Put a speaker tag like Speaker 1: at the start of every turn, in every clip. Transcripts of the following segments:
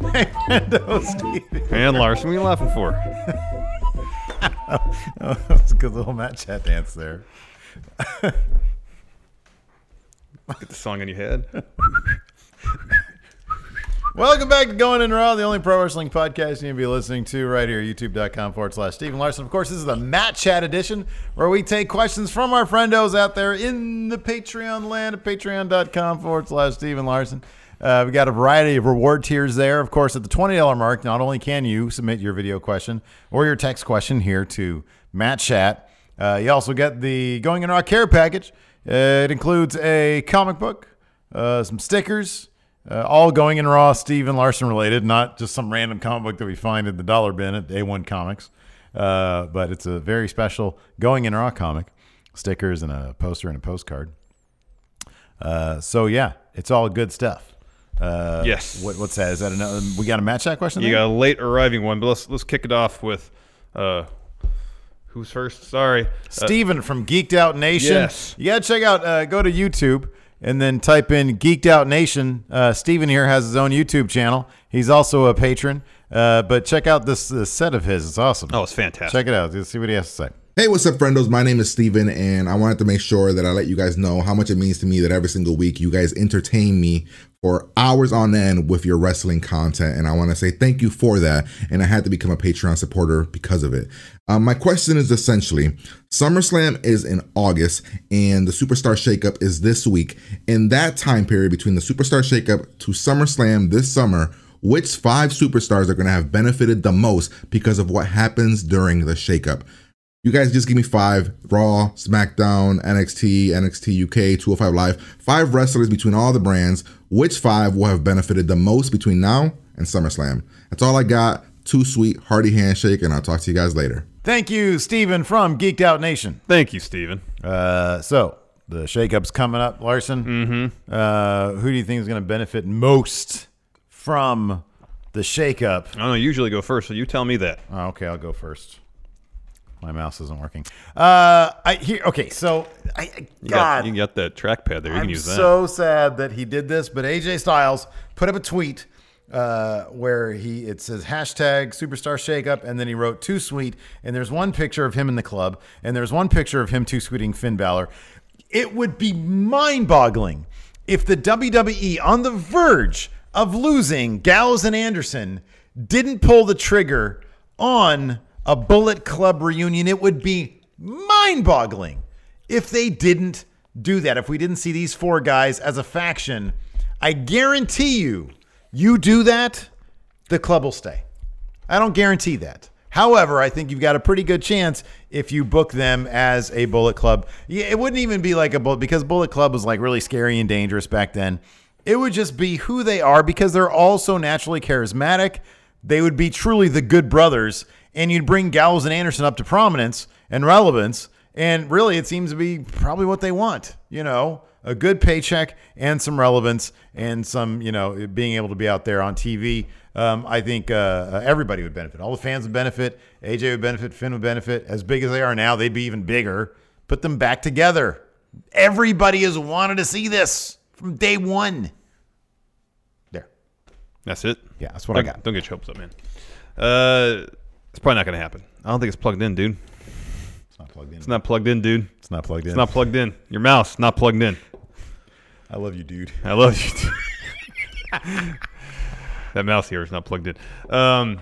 Speaker 1: Mando, Steve.
Speaker 2: And Larson, what are you laughing for?
Speaker 1: Oh, that was a good little Matt Chat dance there.
Speaker 2: Get the song in your head.
Speaker 1: Welcome back to Going In Raw, the only pro wrestling podcast you'll be listening to right here, youtube.com forward slash Steven Larson. Of course, this is the Matt Chat edition where we take questions from our friendos out there in the Patreon land at patreon.com forward slash Steven Larson. Uh, we got a variety of reward tiers there. Of course, at the $20 mark, not only can you submit your video question or your text question here to Matt Chat, uh, you also get the Going In Raw care package. Uh, it includes a comic book, uh, some stickers, uh, all going in raw Steven Larson related, not just some random comic book that we find in the dollar bin at A1 Comics. Uh, but it's a very special going in raw comic, stickers and a poster and a postcard. Uh, so yeah, it's all good stuff. Uh,
Speaker 2: Yes.
Speaker 1: What, what's that? Is that another? We got a match that question.
Speaker 2: You
Speaker 1: there?
Speaker 2: got a late arriving one, but let's let's kick it off with uh who's first? Sorry. Uh,
Speaker 1: Steven from Geeked Out Nation.
Speaker 2: Yes.
Speaker 1: You got to check out, uh, go to YouTube and then type in Geeked Out Nation. Uh, Steven here has his own YouTube channel. He's also a patron. Uh, but check out this, this set of his. It's awesome.
Speaker 2: oh, it's fantastic.
Speaker 1: Check it out. Let's see what he has to say.
Speaker 3: Hey, what's up, friendos? My name is Steven, and I wanted to make sure that I let you guys know how much it means to me that every single week you guys entertain me for hours on end with your wrestling content. And I want to say thank you for that. And I had to become a Patreon supporter because of it. Um, my question is essentially SummerSlam is in August, and the Superstar Shakeup is this week. In that time period between the Superstar Shakeup to SummerSlam this summer, which five superstars are going to have benefited the most because of what happens during the shakeup? You guys just give me five Raw, SmackDown, NXT, NXT UK, 205 Live, oh five wrestlers between all the brands. Which five will have benefited the most between now and SummerSlam? That's all I got. Too sweet, hearty handshake, and I'll talk to you guys later.
Speaker 1: Thank you, Steven from Geeked Out Nation.
Speaker 2: Thank you, Steven.
Speaker 1: Uh, so the shakeup's coming up, Larson. Mm-hmm. Uh, who do you think is going to benefit most from the shakeup?
Speaker 2: I don't know, you usually go first, so you tell me that.
Speaker 1: Oh, okay, I'll go first. My mouse isn't working. Uh, I here. Okay, so I, I-
Speaker 2: You
Speaker 1: God,
Speaker 2: got you got that trackpad there. You
Speaker 1: I'm
Speaker 2: can use that.
Speaker 1: so sad that he did this. But AJ Styles put up a tweet uh, where he it says hashtag Superstar Shakeup, and then he wrote too sweet. And there's one picture of him in the club, and there's one picture of him too sweeting Finn Balor. It would be mind-boggling if the WWE on the verge of losing Gallows and Anderson didn't pull the trigger on a Bullet Club reunion. It would be mind-boggling if they didn't do that, if we didn't see these four guys as a faction, I guarantee you, you do that, the club will stay. I don't guarantee that. However, I think you've got a pretty good chance if you book them as a Bullet Club. Yeah, it wouldn't even be like a Bullet because Bullet Club was like really scary and dangerous back then. It would just be who they are because they're all so naturally charismatic. They would be truly the good brothers, and you'd bring Gallows and Anderson up to prominence and relevance. And really, it seems to be probably what they want. You know, a good paycheck and some relevance and some, you know, being able to be out there on TV. Um, I think uh, uh, everybody would benefit. All the fans would benefit. AJ would benefit. Finn would benefit. As big as they are now, they'd be even bigger. Put them back together. Everybody has wanted to see this from day one. There.
Speaker 2: That's it.
Speaker 1: Yeah, that's what I
Speaker 2: Don't-
Speaker 1: got.
Speaker 2: Don't get your hopes up, man. Uh, it's probably not gonna happen. I don't think it's plugged in, dude.
Speaker 1: It's not plugged in.
Speaker 2: It's not plugged in, dude.
Speaker 1: It's not plugged in.
Speaker 2: It's not plugged in. Your mouse not plugged in.
Speaker 1: I love you, dude.
Speaker 2: I love you. too. that mouse here is not plugged in. Um,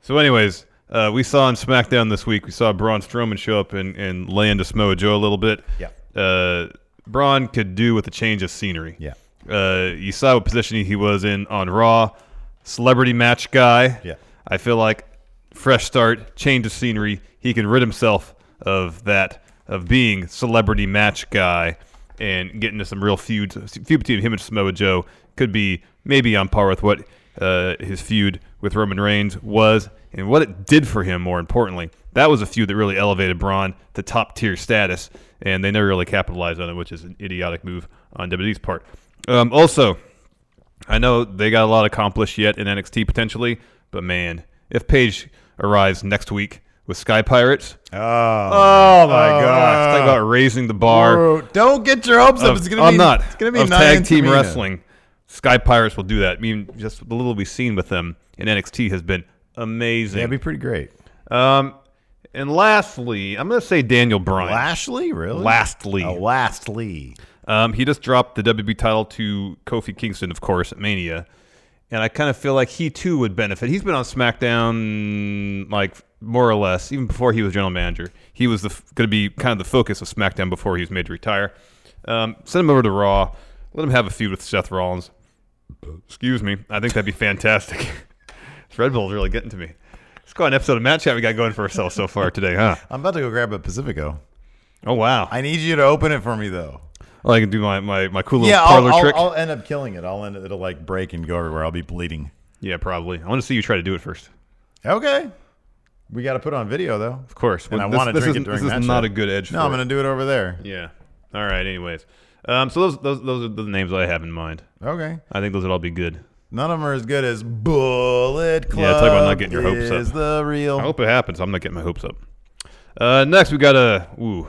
Speaker 2: so, anyways, uh, we saw on SmackDown this week, we saw Braun Strowman show up and, and lay into Samoa Joe a little bit.
Speaker 1: Yeah.
Speaker 2: Uh, Braun could do with a change of scenery.
Speaker 1: Yeah.
Speaker 2: Uh, you saw what position he was in on Raw. Celebrity match guy.
Speaker 1: Yeah.
Speaker 2: I feel like fresh start, change of scenery. He can rid himself of that, of being celebrity match guy, and get into some real feuds. Feud between him and Samoa Joe could be maybe on par with what uh, his feud with Roman Reigns was, and what it did for him. More importantly, that was a feud that really elevated Braun to top tier status, and they never really capitalized on it, which is an idiotic move on WWE's part. Um, also, I know they got a lot accomplished yet in NXT potentially, but man, if Paige arrives next week with Sky Pirates,
Speaker 1: Oh,
Speaker 2: oh my gosh, talk about raising the bar.
Speaker 1: Bro, don't get your hopes up.
Speaker 2: of-
Speaker 1: It's gonna
Speaker 2: I'm
Speaker 1: be
Speaker 2: not.
Speaker 1: It's gonna be
Speaker 2: of
Speaker 1: Nia
Speaker 2: tag
Speaker 1: and
Speaker 2: team
Speaker 1: Tamina.
Speaker 2: wrestling. Sky Pirates will do that. I mean, just the little we've seen with them in NXT has been amazing.
Speaker 1: That'd be pretty great.
Speaker 2: um, and lastly, I'm going to say Daniel Bryan.
Speaker 1: Lashley, really?
Speaker 2: Lastly.
Speaker 1: Oh, lastly.
Speaker 2: Um, he just dropped the WB title to Kofi Kingston, of course, at Mania, and I kind of feel like he too would benefit. He's been on SmackDown like more or less even before he was general manager. He was going to be kind of the focus of SmackDown before he was made to retire. Um, send him over to Raw. Let him have a feud with Seth Rollins. Excuse me. I think that'd be fantastic. this Red Bull's really getting to me. It's quite an episode of Match Chat we got going for ourselves so far today, huh?
Speaker 1: I'm about to go grab a Pacifico.
Speaker 2: Oh wow! I,
Speaker 1: I need you to open it for me though.
Speaker 2: I can do my my, my cool little
Speaker 1: Yeah, I'll,
Speaker 2: parlor
Speaker 1: I'll,
Speaker 2: trick.
Speaker 1: I'll end up killing it. I'll end it. It'll like break and go everywhere. I'll be bleeding.
Speaker 2: Yeah, probably. I want to see you try to do it first.
Speaker 1: Okay. We got to put it on video though.
Speaker 2: Of course.
Speaker 1: And
Speaker 2: Well,
Speaker 1: I
Speaker 2: this-
Speaker 1: want to
Speaker 2: this
Speaker 1: drink
Speaker 2: isn't-
Speaker 1: it during
Speaker 2: This
Speaker 1: match
Speaker 2: is not
Speaker 1: night.
Speaker 2: a good edge.
Speaker 1: No,
Speaker 2: for
Speaker 1: I'm
Speaker 2: it.
Speaker 1: gonna do it over there.
Speaker 2: Yeah. All right. Anyways, um, so those those those are the names I have in mind.
Speaker 1: Okay.
Speaker 2: I think those would all be good.
Speaker 1: None of them are as good as Bullet Club.
Speaker 2: Yeah, talk about not getting your hopes up.
Speaker 1: Is the real?
Speaker 2: I hope it happens. I'm not getting my hopes up. Uh, next, we got a ooh.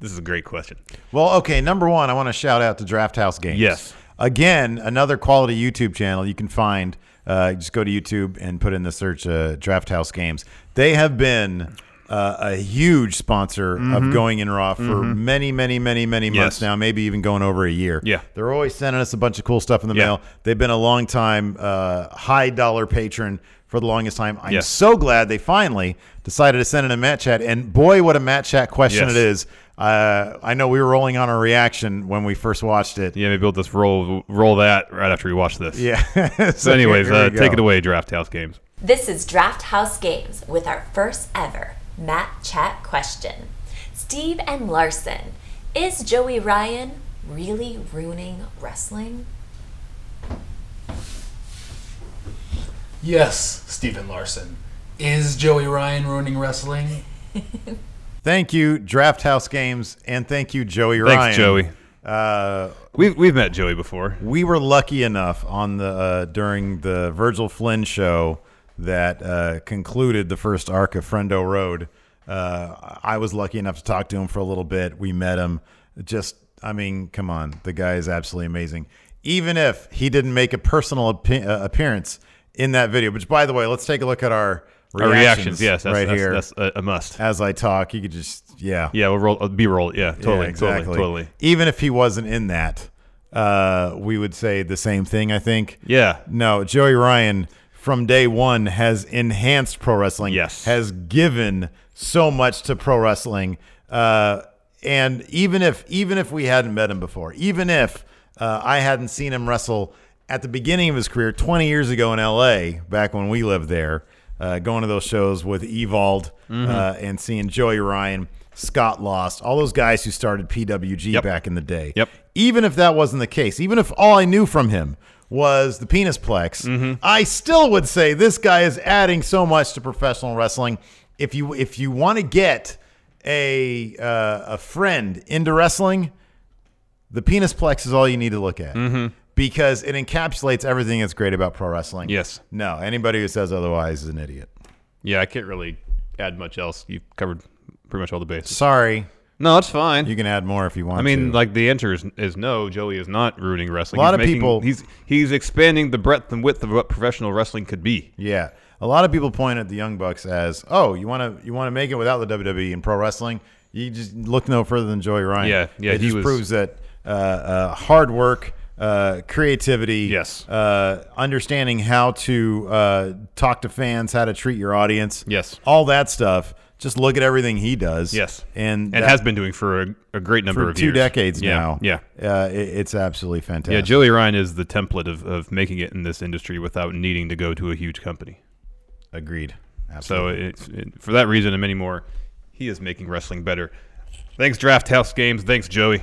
Speaker 2: This is a great question.
Speaker 1: Well, okay. Number one, I want to shout out to Draft House Games.
Speaker 2: Yes.
Speaker 1: Again, another quality YouTube channel you can find. Uh, just go to YouTube and put in the search uh, Draft House Games. They have been uh, a huge sponsor of Going In Raw for many, many, many, many months
Speaker 2: Mm-hmm. Yes.
Speaker 1: now. Maybe even going over a year.
Speaker 2: Yeah.
Speaker 1: They're always sending us a bunch of cool stuff in the
Speaker 2: Yeah.
Speaker 1: mail. They've been a long time uh, high dollar patron for the longest time. I'm
Speaker 2: Yes.
Speaker 1: so glad they finally decided to send in a Matt Chat. And boy, what a Matt Chat question
Speaker 2: Yes.
Speaker 1: it is. Uh, I know we were rolling on a reaction when we first watched it.
Speaker 2: Yeah, maybe we'll just roll roll that right after we watch this.
Speaker 1: Yeah.
Speaker 2: So, anyways, uh, take it away, Draft House Games.
Speaker 4: This is Draft House Games with our first ever Matt Chat question. Steve and Larson, is Joey Ryan really ruining wrestling?
Speaker 5: Yes, Stephen Larson. Is Joey Ryan ruining wrestling?
Speaker 1: Thank you, Draft House Games, and thank you, Joey
Speaker 2: Thanks,
Speaker 1: Ryan.
Speaker 2: Joey.
Speaker 1: Uh,
Speaker 2: We've we've met Joey before.
Speaker 1: we were lucky enough on the uh, during the Virgil Flynn show that uh, concluded the first arc of Friendo Road. Uh, I was lucky enough to talk to him for a little bit. We met him. Just, I mean, come on, the guy is absolutely amazing. Even if he didn't make a personal appe- uh, appearance in that video, which by the way, let's take a look at our
Speaker 2: Our
Speaker 1: reactions,
Speaker 2: reactions, yes, that's,
Speaker 1: right
Speaker 2: that's,
Speaker 1: here.
Speaker 2: that's a, a must.
Speaker 1: as I talk, you could just, yeah,
Speaker 2: Yeah, we'll roll B roll. Yeah, totally,
Speaker 1: yeah, exactly.
Speaker 2: totally, totally.
Speaker 1: Even if he wasn't in that, uh, we would say the same thing. I think.
Speaker 2: Yeah.
Speaker 1: No, Joey Ryan from day one has enhanced pro wrestling.
Speaker 2: Yes.
Speaker 1: Has given so much to pro wrestling. Uh, and even if even if we hadn't met him before, even if uh, I hadn't seen him wrestle at the beginning of his career 20 years ago in L.A. back when we lived there, uh, going to those shows with Evald
Speaker 2: Mm-hmm.
Speaker 1: uh, and seeing Joey Ryan, Scott Lost, all those guys who started PWG
Speaker 2: Yep.
Speaker 1: back in the day
Speaker 2: Yep.
Speaker 1: even if that wasn't the case, even if all I knew from him was the penis plex,
Speaker 2: Mm-hmm.
Speaker 1: I still would say this guy is adding so much to professional wrestling. If you if you want to get a uh, a friend into wrestling, the penis plex is all you need to look at
Speaker 2: Mm-hmm.
Speaker 1: because it encapsulates everything that's great about pro wrestling.
Speaker 2: Yes.
Speaker 1: No, anybody who says otherwise is an idiot.
Speaker 2: Yeah, I can't really add much else. You've covered pretty much all the bases.
Speaker 1: Sorry,
Speaker 2: No, it's fine.
Speaker 1: you can add more if you want.
Speaker 2: I mean,
Speaker 1: to.
Speaker 2: like the answer is, is no. Joey is not ruining wrestling.
Speaker 1: A lot
Speaker 2: He's
Speaker 1: of
Speaker 2: making-
Speaker 1: people-
Speaker 2: He's he's expanding the breadth and width of what professional wrestling could be.
Speaker 1: Yeah. A lot of people point at the Young Bucks as, "Oh, you want to you want to make it without the WWE and pro wrestling? You just look no further than Joey Ryan."
Speaker 2: Yeah, yeah,
Speaker 1: It
Speaker 2: he
Speaker 1: just
Speaker 2: was-
Speaker 1: proves that uh, uh, hard work, uh, creativity,
Speaker 2: Yes.
Speaker 1: uh, understanding how to uh, talk to fans, how to treat your audience,
Speaker 2: Yes.
Speaker 1: all that stuff. Just look at everything he does.
Speaker 2: Yes, and
Speaker 1: and that-
Speaker 2: has been doing for a, a great number
Speaker 1: for
Speaker 2: of
Speaker 1: two
Speaker 2: years.
Speaker 1: decades
Speaker 2: Yeah,
Speaker 1: now.
Speaker 2: Yeah,
Speaker 1: uh, it, it's absolutely fantastic.
Speaker 2: yeah. Joey Ryan is the template of, of making it in this industry without needing to go to a huge company.
Speaker 1: agreed.
Speaker 2: So
Speaker 1: Absolutely.
Speaker 2: it's it, for that reason and many more, he is making wrestling better. Thanks, Draft House Games. Thanks, Joey.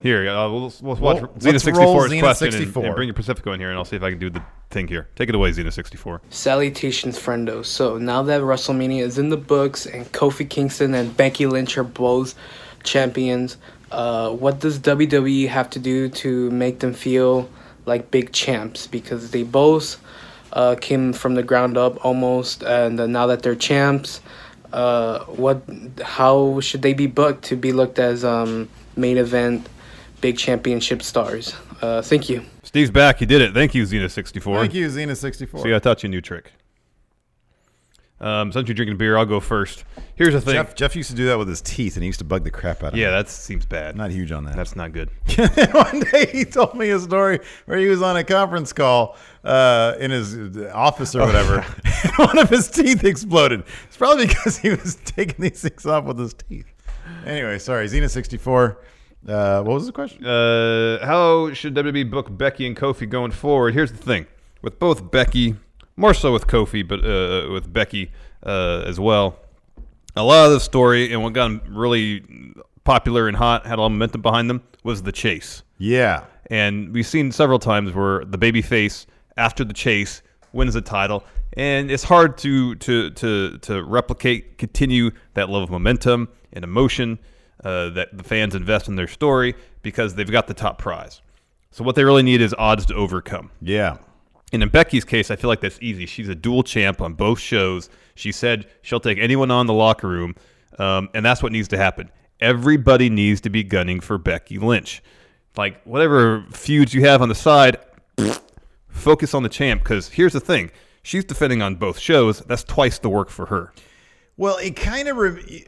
Speaker 2: Here, uh, we'll, we'll watch
Speaker 1: Well,
Speaker 2: Xena
Speaker 1: let's roll
Speaker 2: 64's
Speaker 1: Xena
Speaker 2: question
Speaker 1: 64.
Speaker 2: And, and bring your Pacifico in here, and I'll see if I can do the thing here. Take it away, Xena 64.
Speaker 6: Salutations, friendo. So now that WrestleMania is in the books and Kofi Kingston and Becky Lynch are both champions, uh, what does WWE have to do to make them feel like big champs? Because they both uh, came from the ground up almost, and uh, now that they're champs, uh, what? How should they be booked to be looked as um, main event, big championship stars? Uh, thank you.
Speaker 2: Steve's back. He did it. Thank you, Xena 64.
Speaker 1: Thank you, Xena64.
Speaker 2: See, I taught you a new trick. Um, since you're drinking beer, I'll go first. Here's the thing.
Speaker 1: Jeff, Jeff used to do that with his teeth, and he used to bug the crap out of me.
Speaker 2: yeah, that seems bad.
Speaker 1: Not huge on that.
Speaker 2: That's not good.
Speaker 1: one day he told me a story where he was on a conference call uh, in his office
Speaker 2: Oh,
Speaker 1: or whatever, and one of his teeth exploded. It's probably because he was taking these things off with his teeth. Anyway, sorry, Xena sixty four. Uh, what was the question?
Speaker 2: Uh, how should WWE book Becky and Kofi going forward? Here's the thing with both Becky, more so with Kofi, but uh, with Becky uh, as well. A lot of the story and what got them really popular and hot, had a lot of momentum behind them, was the chase.
Speaker 1: Yeah,
Speaker 2: And we've seen several times where the baby face after the chase wins the title. And it's hard to to to to replicate, continue that level of momentum and emotion uh, that the fans invest in their story because they've got the top prize. So what they really need is odds to overcome.
Speaker 1: yeah,
Speaker 2: And in Becky's case, I feel like that's easy. She's a dual champ on both shows. She said she'll take anyone on in the locker room, um, and that's what needs to happen. Everybody needs to be gunning for Becky Lynch. Like whatever feuds you have on the side, focus on the champ. Because here's the thing: she's defending on both shows. That's twice the work for her.
Speaker 1: Well, it kind of. Re-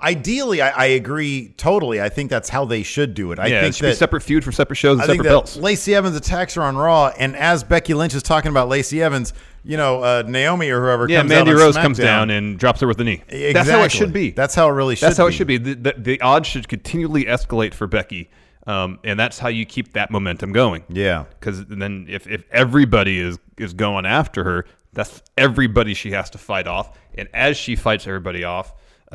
Speaker 1: ideally, I, I agree totally. I think that's how they should do it. I
Speaker 2: yeah,
Speaker 1: think
Speaker 2: it should be
Speaker 1: that-
Speaker 2: separate feud for separate shows and
Speaker 1: I think
Speaker 2: separate
Speaker 1: that
Speaker 2: belts.
Speaker 1: Lacey Evans attacks her on Raw, and as Becky Lynch is talking about Lacey Evans, you know uh, Naomi or whoever.
Speaker 2: Yeah,
Speaker 1: comes
Speaker 2: Mandy
Speaker 1: out on
Speaker 2: Rose comes
Speaker 1: SmackDown.
Speaker 2: down and drops her with a knee.
Speaker 1: Exactly.
Speaker 2: That's how it should be.
Speaker 1: That's how it really should
Speaker 2: That's how it
Speaker 1: be.
Speaker 2: should be. The, the, the odds should continually escalate for Becky, um, and that's how you keep that momentum going.
Speaker 1: Yeah.
Speaker 2: Because then, if, if everybody is is going after her, that's everybody she has to fight off, and as she fights everybody off. Uh,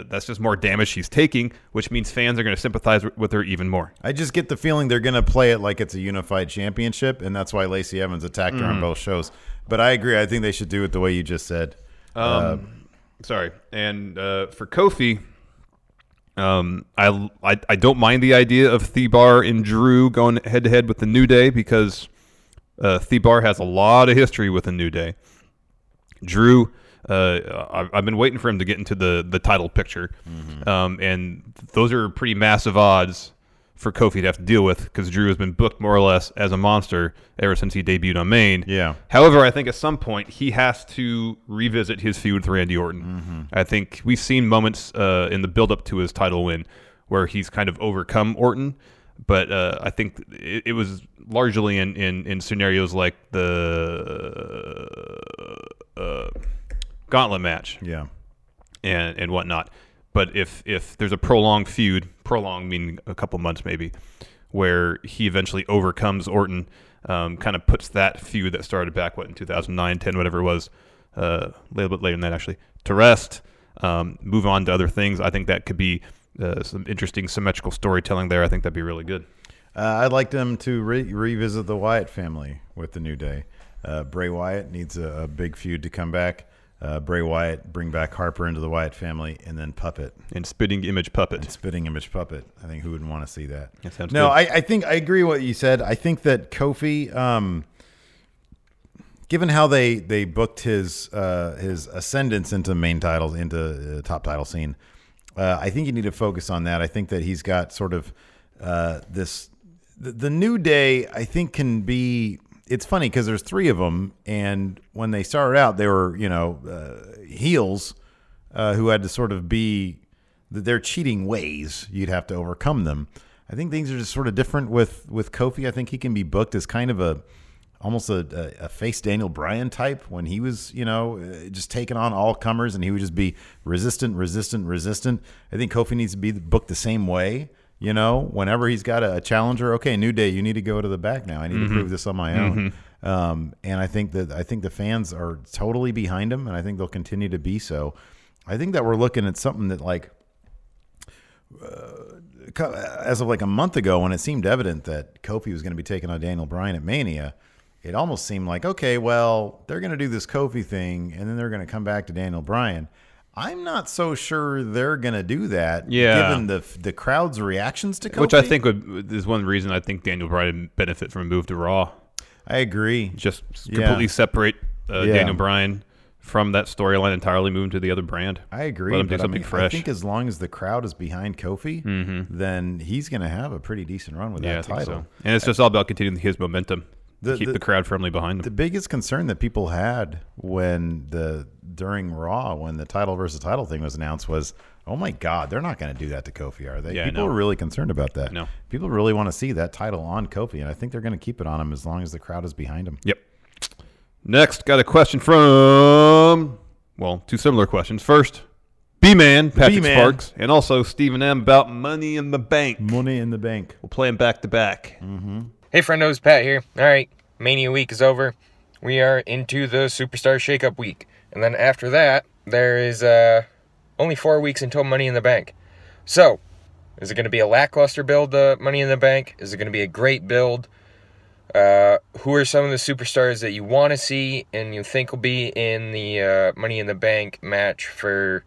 Speaker 2: uh, that's just more damage she's taking, which means fans are going to sympathize w- with her even more.
Speaker 1: I just get the feeling they're going to play it like it's a unified championship, and that's why Lacey Evans attacked her
Speaker 2: Mm.
Speaker 1: on both shows. But I agree. I think they should do it the way you just said.
Speaker 2: Um, Sorry. And uh, for Kofi, um, I, I I don't mind the idea of Thebar and Drew going head to head with the New Day because uh, Thebar has a lot of history with the New Day. Drew, uh, I- I've been waiting for him to get into the the title picture, um, and those are pretty massive odds for Kofi to have to deal with because Drew has been booked more or less as a monster ever since he debuted on Maine.
Speaker 1: Yeah.
Speaker 2: However, I think at some point he has to revisit his feud with Randy Orton.
Speaker 1: Mm-hmm.
Speaker 2: I think we've seen moments uh, in the build up to his title win where he's kind of overcome Orton, but uh, I think it, it was largely in, in, in scenarios like the uh, gauntlet match
Speaker 1: Yeah.
Speaker 2: and and whatnot. But if if there's a prolonged feud, prolonged meaning a couple months maybe, where he eventually overcomes Orton, um, kind of puts that feud that started back what in 2009, 10, whatever it was, uh, a little bit later than that actually, to rest, um, move on to other things. I think that could be uh, some interesting symmetrical storytelling there. I think that'd be really good.
Speaker 1: Uh, I'd like them to re- revisit the Wyatt family with the New Day. Uh, Bray Wyatt needs a, a big feud to come back. uh, Bray Wyatt, bring back Harper into the Wyatt family, and then Puppet.
Speaker 2: and spitting image puppet.
Speaker 1: Spitting image puppet. I think who wouldn't want to see that?
Speaker 2: That sounds
Speaker 1: no,
Speaker 2: good.
Speaker 1: I, I think I agree with what you said. I think that Kofi, um, given how they they booked his uh, his ascendance into main titles into uh, top title scene, uh, I think you need to focus on that. I think that he's got sort of uh, this the, the new day. I think can be. It's funny because there's three of them, and when they started out, they were you know uh, heels uh, who had to sort of be th- their cheating ways. You'd have to overcome them. I think things are just sort of different with with Kofi. I think he can be booked as kind of a almost a, a, a face Daniel Bryan type when he was you know uh, just taking on all comers and he would just be resistant, resistant, resistant. I think Kofi needs to be booked the same way. You know, whenever he's got a, a challenger, okay, New Day, you need to go to the back now. I need to prove this on my own.
Speaker 2: Mm-hmm.
Speaker 1: Um, and I think that I think the fans are totally behind him, and I think they'll continue to be so. I think that we're looking at something that like uh, co- uh, as of like a month ago when it seemed evident that Kofi was going to be taking on Daniel Bryan at Mania, it almost seemed like, okay, well, they're going to do this Kofi thing and then they're going to come back to Daniel Bryan. I'm not so sure they're going to do that
Speaker 2: Yeah.
Speaker 1: given the the crowd's reactions to Kofi.
Speaker 2: Which I think would, is one reason I think Daniel Bryan would benefit from a move to Raw.
Speaker 1: I agree.
Speaker 2: Just
Speaker 1: Yeah.
Speaker 2: completely separate uh,
Speaker 1: Yeah.
Speaker 2: Daniel Bryan from that storyline entirely, move him to the other brand.
Speaker 1: I agree.
Speaker 2: Let him do
Speaker 1: but I,
Speaker 2: something
Speaker 1: mean, I
Speaker 2: fresh. Mm-hmm.
Speaker 1: think as long as the crowd is behind Kofi, then he's going to have a pretty decent run with
Speaker 2: yeah, I
Speaker 1: that
Speaker 2: think
Speaker 1: title.
Speaker 2: so. And it's just all about continuing his momentum.
Speaker 1: The-
Speaker 2: keep
Speaker 1: the-
Speaker 2: the, crowd firmly behind him.
Speaker 1: the biggest concern that people had when the during Raw when the title versus title thing was announced was, oh my God, they're not going to do that to Kofi, are they?
Speaker 2: Yeah, I
Speaker 1: people
Speaker 2: know.
Speaker 1: were really concerned about that.
Speaker 2: know.
Speaker 1: people really want to see that title on Kofi, and I think they're going to keep it on him as long as the crowd is behind him.
Speaker 2: Yep. Next, got a question from, well, two similar questions. First, B Man, Patrick
Speaker 1: B-Man.
Speaker 2: Sparks, and also Stephen M. about money in the bank.
Speaker 1: Money in the bank. Mm-hmm.
Speaker 2: We'll play them back to back.
Speaker 7: Hey, friendos, Pat here. All right, Mania Week is over. We are into the Superstar Shakeup Week. And then after that, there is uh, only four weeks until Money in the Bank. So, is it going to be a lackluster build, uh, Money in the Bank? Is it going to be a great build? Uh, who are some of the superstars that you want to see and you think will be in the uh, Money in the Bank match for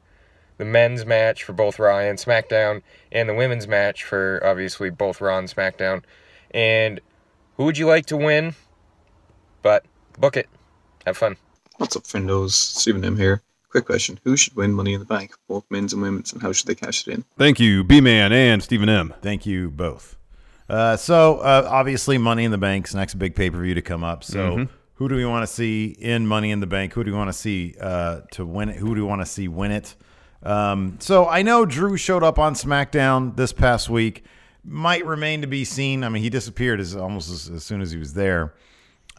Speaker 7: the men's match for both Raw and SmackDown, and the women's match for obviously both Raw and SmackDown? And who would you like to win? But book it. Have fun.
Speaker 8: What's up, friendos? Stephen M here. Quick question: Who should win Money in the Bank, both men's and women's, and how should they cash it in?
Speaker 2: Thank you, B Man and Stephen M.
Speaker 1: Thank you both. Uh, so uh, obviously, Money in the Bank's next big pay per view to come up. So who do we want to see in Money in the Bank? Who do we want to see uh, to win it? Who do we want to see win it? Um, so I know Drew showed up on SmackDown this past week. Might remain to be seen. I mean, he disappeared as almost as, as soon as he was there.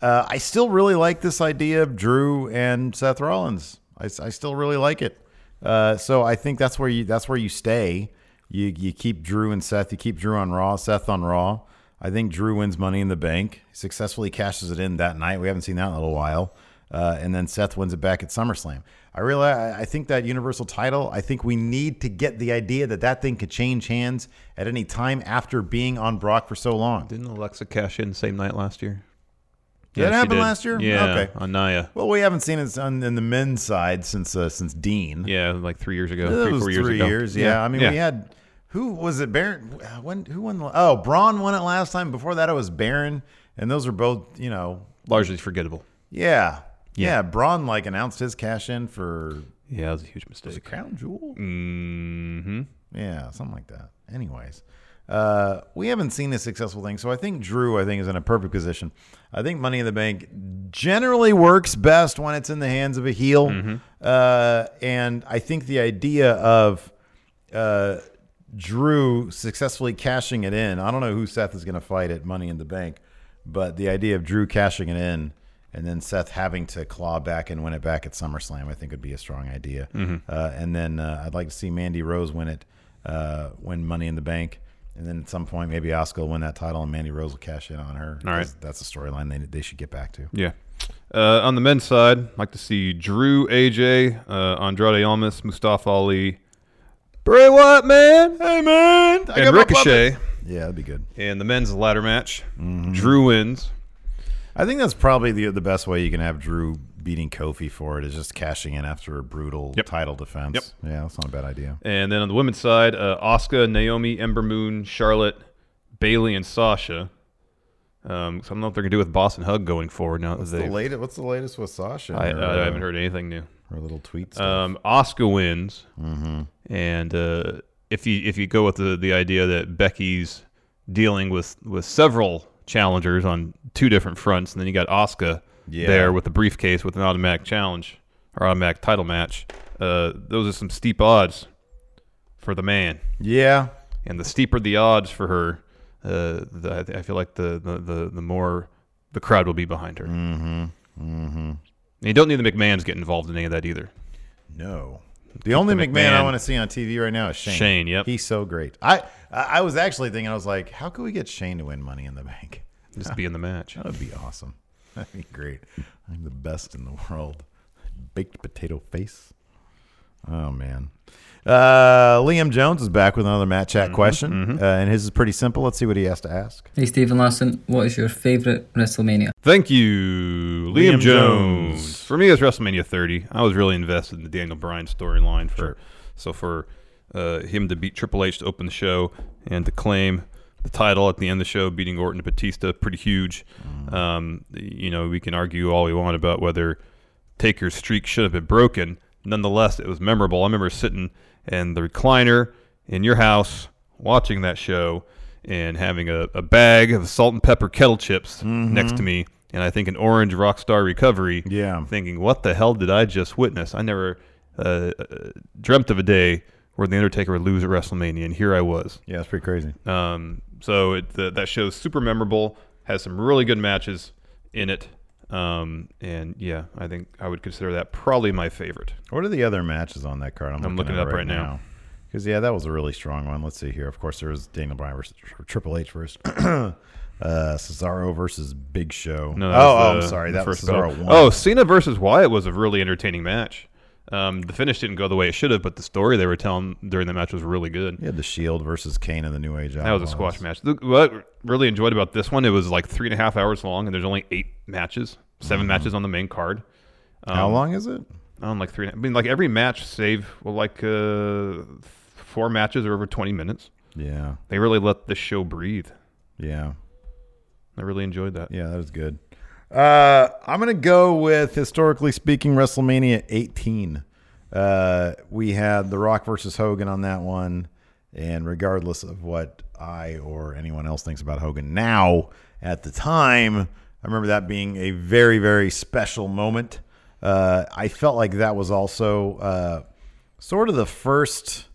Speaker 1: Uh, I still really like this idea of Drew and Seth Rollins. I, I still really like it. Uh, so I think that's where you that's where you stay. You you keep Drew and Seth. You keep Drew on Raw, Seth on Raw. I think Drew wins Money in the Bank, successfully cashes it in that night. We haven't seen that in a little while. Uh, and then Seth wins it back at SummerSlam. I realize I think that Universal title. I think we need to get the idea that that thing could change hands at any time after being on Brock for so long.
Speaker 2: Didn't Alexa cash in same night last year?
Speaker 1: Did that
Speaker 2: she
Speaker 1: happen last year?
Speaker 2: Yeah,
Speaker 1: Okay.
Speaker 2: on Naya.
Speaker 1: Well, we haven't seen it on in the men's side since uh, since Dean.
Speaker 2: Yeah, like three years ago,
Speaker 1: It
Speaker 2: three,
Speaker 1: was
Speaker 2: four years
Speaker 1: three
Speaker 2: ago.
Speaker 1: years. Yeah. I mean, we had who was it? Baron. When who won? the- Oh, Braun won it last time. Before that, it was Baron, and those are both you know.
Speaker 2: largely forgettable.
Speaker 1: Yeah, yeah.
Speaker 2: Yeah.
Speaker 1: Braun like announced his cash in for
Speaker 2: Yeah, that was a huge mistake.
Speaker 1: the crown jewel.
Speaker 2: Mm-hmm.
Speaker 1: Yeah, something like that. Anyways, uh, we haven't seen a successful thing, so I think Drew, I think, is in a perfect position. I think Money in the Bank generally works best when it's in the hands of a heel, uh, and I think the idea of uh, Drew successfully cashing it in. I don't know who Seth is going to fight at Money in the Bank, but the idea of Drew cashing it in and then Seth having to claw back and win it back at SummerSlam, I think would be a strong idea.
Speaker 2: Mm-hmm.
Speaker 1: Uh, and then uh, I'd like to see Mandy Rose win it, uh, win Money in the Bank. And then at some point, maybe Asuka will win that title and Mandy Rose will cash in on her.
Speaker 2: All right. Mm-hmm.
Speaker 1: That's- That's a storyline they, they should get back to.
Speaker 2: Yeah. Uh, on the men's side, I'd like to see Drew, AJ, uh, Andrade Almas, Mustafa Ali, Bray Wyatt, man, hey man,
Speaker 1: got
Speaker 2: and
Speaker 1: my
Speaker 2: Ricochet
Speaker 1: Yeah, that'd be good.
Speaker 2: in the men's ladder match. Drew wins.
Speaker 1: Mm-hmm. I think that's probably the the best way you can have Drew beating Kofi for it is just cashing in after a brutal title defense.
Speaker 2: Yep.
Speaker 1: Yeah, that's not a bad idea.
Speaker 2: And then on the women's side, uh, Asuka, Naomi, Ember Moon, Charlotte, Bailey, and Sasha. Um, so I don't know if they're gonna do with Boston Hug going forward now.
Speaker 1: What's
Speaker 2: that
Speaker 1: the
Speaker 2: they,
Speaker 1: latest? What's the latest with Sasha?
Speaker 2: I,
Speaker 1: Her,
Speaker 2: I
Speaker 1: uh,
Speaker 2: haven't heard anything new.
Speaker 1: Her little Mm-hmm. tweets.
Speaker 2: Um, Oscar wins, and uh, if you if you go with the the idea that Becky's dealing with with several challengers on two different fronts, and then you got Oscar
Speaker 1: Yeah.
Speaker 2: there with the briefcase with an automatic challenge or automatic title match. Uh, those are some steep odds for the man.
Speaker 1: Yeah,
Speaker 2: and the steeper the odds for her, uh, the, I feel like the, the the the more the crowd will be behind her. Mm-hmm. Mm-hmm. And you don't need the McMahon's get involved in any of that either.
Speaker 1: No. The only
Speaker 2: the
Speaker 1: McMahon, I
Speaker 2: McMahon.
Speaker 1: want to see on TV right now is Shane.
Speaker 2: Shane, yep.
Speaker 1: He's so great. I I I was actually thinking, I was like, how could we get Shane to win Money in the Bank?
Speaker 2: Just be in the match.
Speaker 1: That would be awesome. That'd be great. I'm the best in the world. Baked potato face. Oh man. Uh, Liam Jones is back with another Matt
Speaker 2: Mm-hmm,
Speaker 1: Chat question, Uh, and his is pretty simple. Let's see what he has to ask.
Speaker 9: Hey, Stephen Larson, what is your favorite WrestleMania?
Speaker 2: Thank you, Liam,
Speaker 1: Liam
Speaker 2: Jones. For me, it's WrestleMania 30. I was really invested in the Daniel Bryan storyline. For so for uh, him to beat Triple H to open the show and to claim the title at the end of the show, beating Orton and Batista, pretty huge. Um, you know, we can argue all we want about whether Taker's streak should have been broken. Nonetheless, it was memorable. I remember sitting in the recliner in your house watching that show and having a, a bag of salt and pepper kettle chips next to me and I think an orange Rockstar Recovery. Yeah. Thinking, what the hell did I just witness? I never uh, uh, dreamt of a day where The Undertaker would lose at WrestleMania, and here I was.
Speaker 1: Yeah, it's pretty crazy.
Speaker 2: Um, so it, the, that show's super memorable, has some really good matches in it. Um, and yeah, I think I would consider that probably my favorite.
Speaker 1: What are the other matches on that card?
Speaker 2: I'm looking it
Speaker 1: at
Speaker 2: up right now.
Speaker 1: Because yeah, that was a really strong one. Let's see here. Of course, there was Daniel Bryan versus Tri- Triple H versus uh, Cesaro versus Big Show.
Speaker 2: No, that
Speaker 1: oh,
Speaker 2: was the-
Speaker 1: I'm sorry.
Speaker 2: the
Speaker 1: That was
Speaker 2: first
Speaker 1: Cesaro.
Speaker 2: battle.
Speaker 1: One.
Speaker 2: Oh, Cena versus Wyatt was a really entertaining match. Um, the finish didn't go the way it should have, but the story they were telling during the match was really good.
Speaker 1: Yeah, the Shield versus Kane and the New Age.
Speaker 2: That was a squash match. Look, what I really enjoyed about this one, it was like three and a half hours long, and there's only eight matches, 7
Speaker 1: Mhm.
Speaker 2: matches on the main card.
Speaker 1: How long is it?
Speaker 2: On like three. and a- I mean, like every match, save well, like uh, four matches are over 20 minutes.
Speaker 1: Yeah.
Speaker 2: They really let the show breathe.
Speaker 1: Yeah.
Speaker 2: I really enjoyed that.
Speaker 1: Yeah, that was good. Uh, I'm gonna go with historically speaking WrestleMania 18. Uh, we had The Rock versus Hogan on that one, and regardless of what I or anyone else thinks about Hogan now, at the time, I remember that being a very very special moment. Uh, I felt like that was also uh, sort of the first.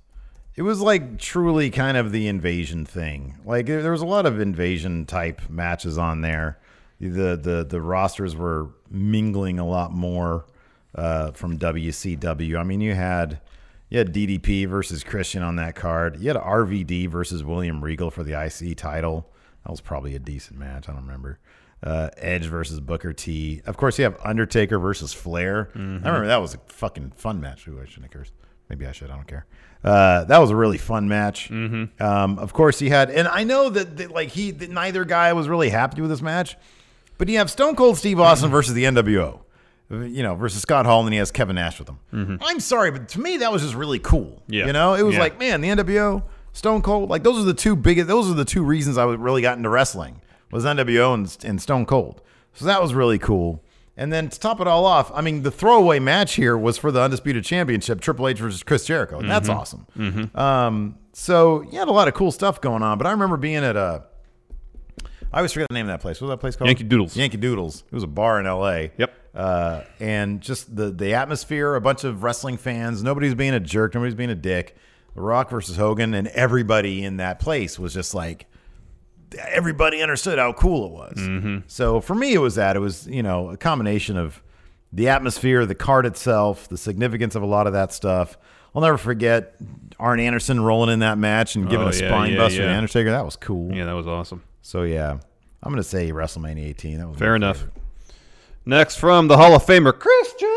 Speaker 1: It was like truly kind of the invasion thing. Like there there was a lot of invasion type matches on there. The the the rosters were mingling a lot more uh, from WCW. I mean, you had you had DDP versus Christian on that card. You had RVD versus William Regal for the IC title. That was probably a decent match. I don't remember. Uh, Edge versus Booker T. Of course, you have Undertaker versus Flair.
Speaker 5: Mm-hmm.
Speaker 10: Mhm.
Speaker 1: I remember that was a fucking fun match. Ooh, I shouldn't have cursed. Maybe I should. I don't care. Uh, that was a really fun match. Um, of course, he had, and I know that, that like he, that neither guy was really happy with this match, but you have Stone Cold Steve Austin versus the NWO, you know, versus Scott Hall, and then he has Kevin Nash with him. I'm sorry, but to me that was just really cool.
Speaker 10: Yeah.
Speaker 1: You know, it was
Speaker 10: Yeah.
Speaker 1: like, man, the NWO, Stone Cold, like those are the two biggest. Those are the two reasons I was- really got into wrestling was NWO and, and Stone Cold. So that was really cool. And then to top it all off, I mean, the throwaway match here was for the undisputed championship, Triple H versus Chris Jericho. And
Speaker 2: Mm-hmm.
Speaker 1: that's
Speaker 10: Mhm.
Speaker 1: awesome.
Speaker 10: Mhm.
Speaker 1: Um, so you had a lot of cool stuff going on, but I remember being at a. I always forget the name of that place. What was that place called?
Speaker 2: Yankee Doodles.
Speaker 1: Yankee Doodles. It was a bar in L.A.
Speaker 2: Yep.
Speaker 1: Uh, and just the the atmosphere, a bunch of wrestling fans. Nobody's being a jerk. Nobody's being a dick. The Rock versus Hogan, and everybody in that place was just like, everybody understood how cool it was.
Speaker 2: Mm-hmm.
Speaker 1: So for me, it was that. It was, you know, a combination of the atmosphere, the card itself, the significance of a lot of that stuff. I'll never forget Arn Anderson rolling in that match and giving
Speaker 2: Oh,
Speaker 1: a
Speaker 2: yeah,
Speaker 1: spine
Speaker 2: yeah,
Speaker 1: buster to
Speaker 2: yeah.
Speaker 1: Undertaker. That was cool.
Speaker 2: Yeah, that was awesome.
Speaker 1: So yeah, I'm gonna say WrestleMania 18. That was
Speaker 2: Fair enough. Next from the Hall of Famer, Christian.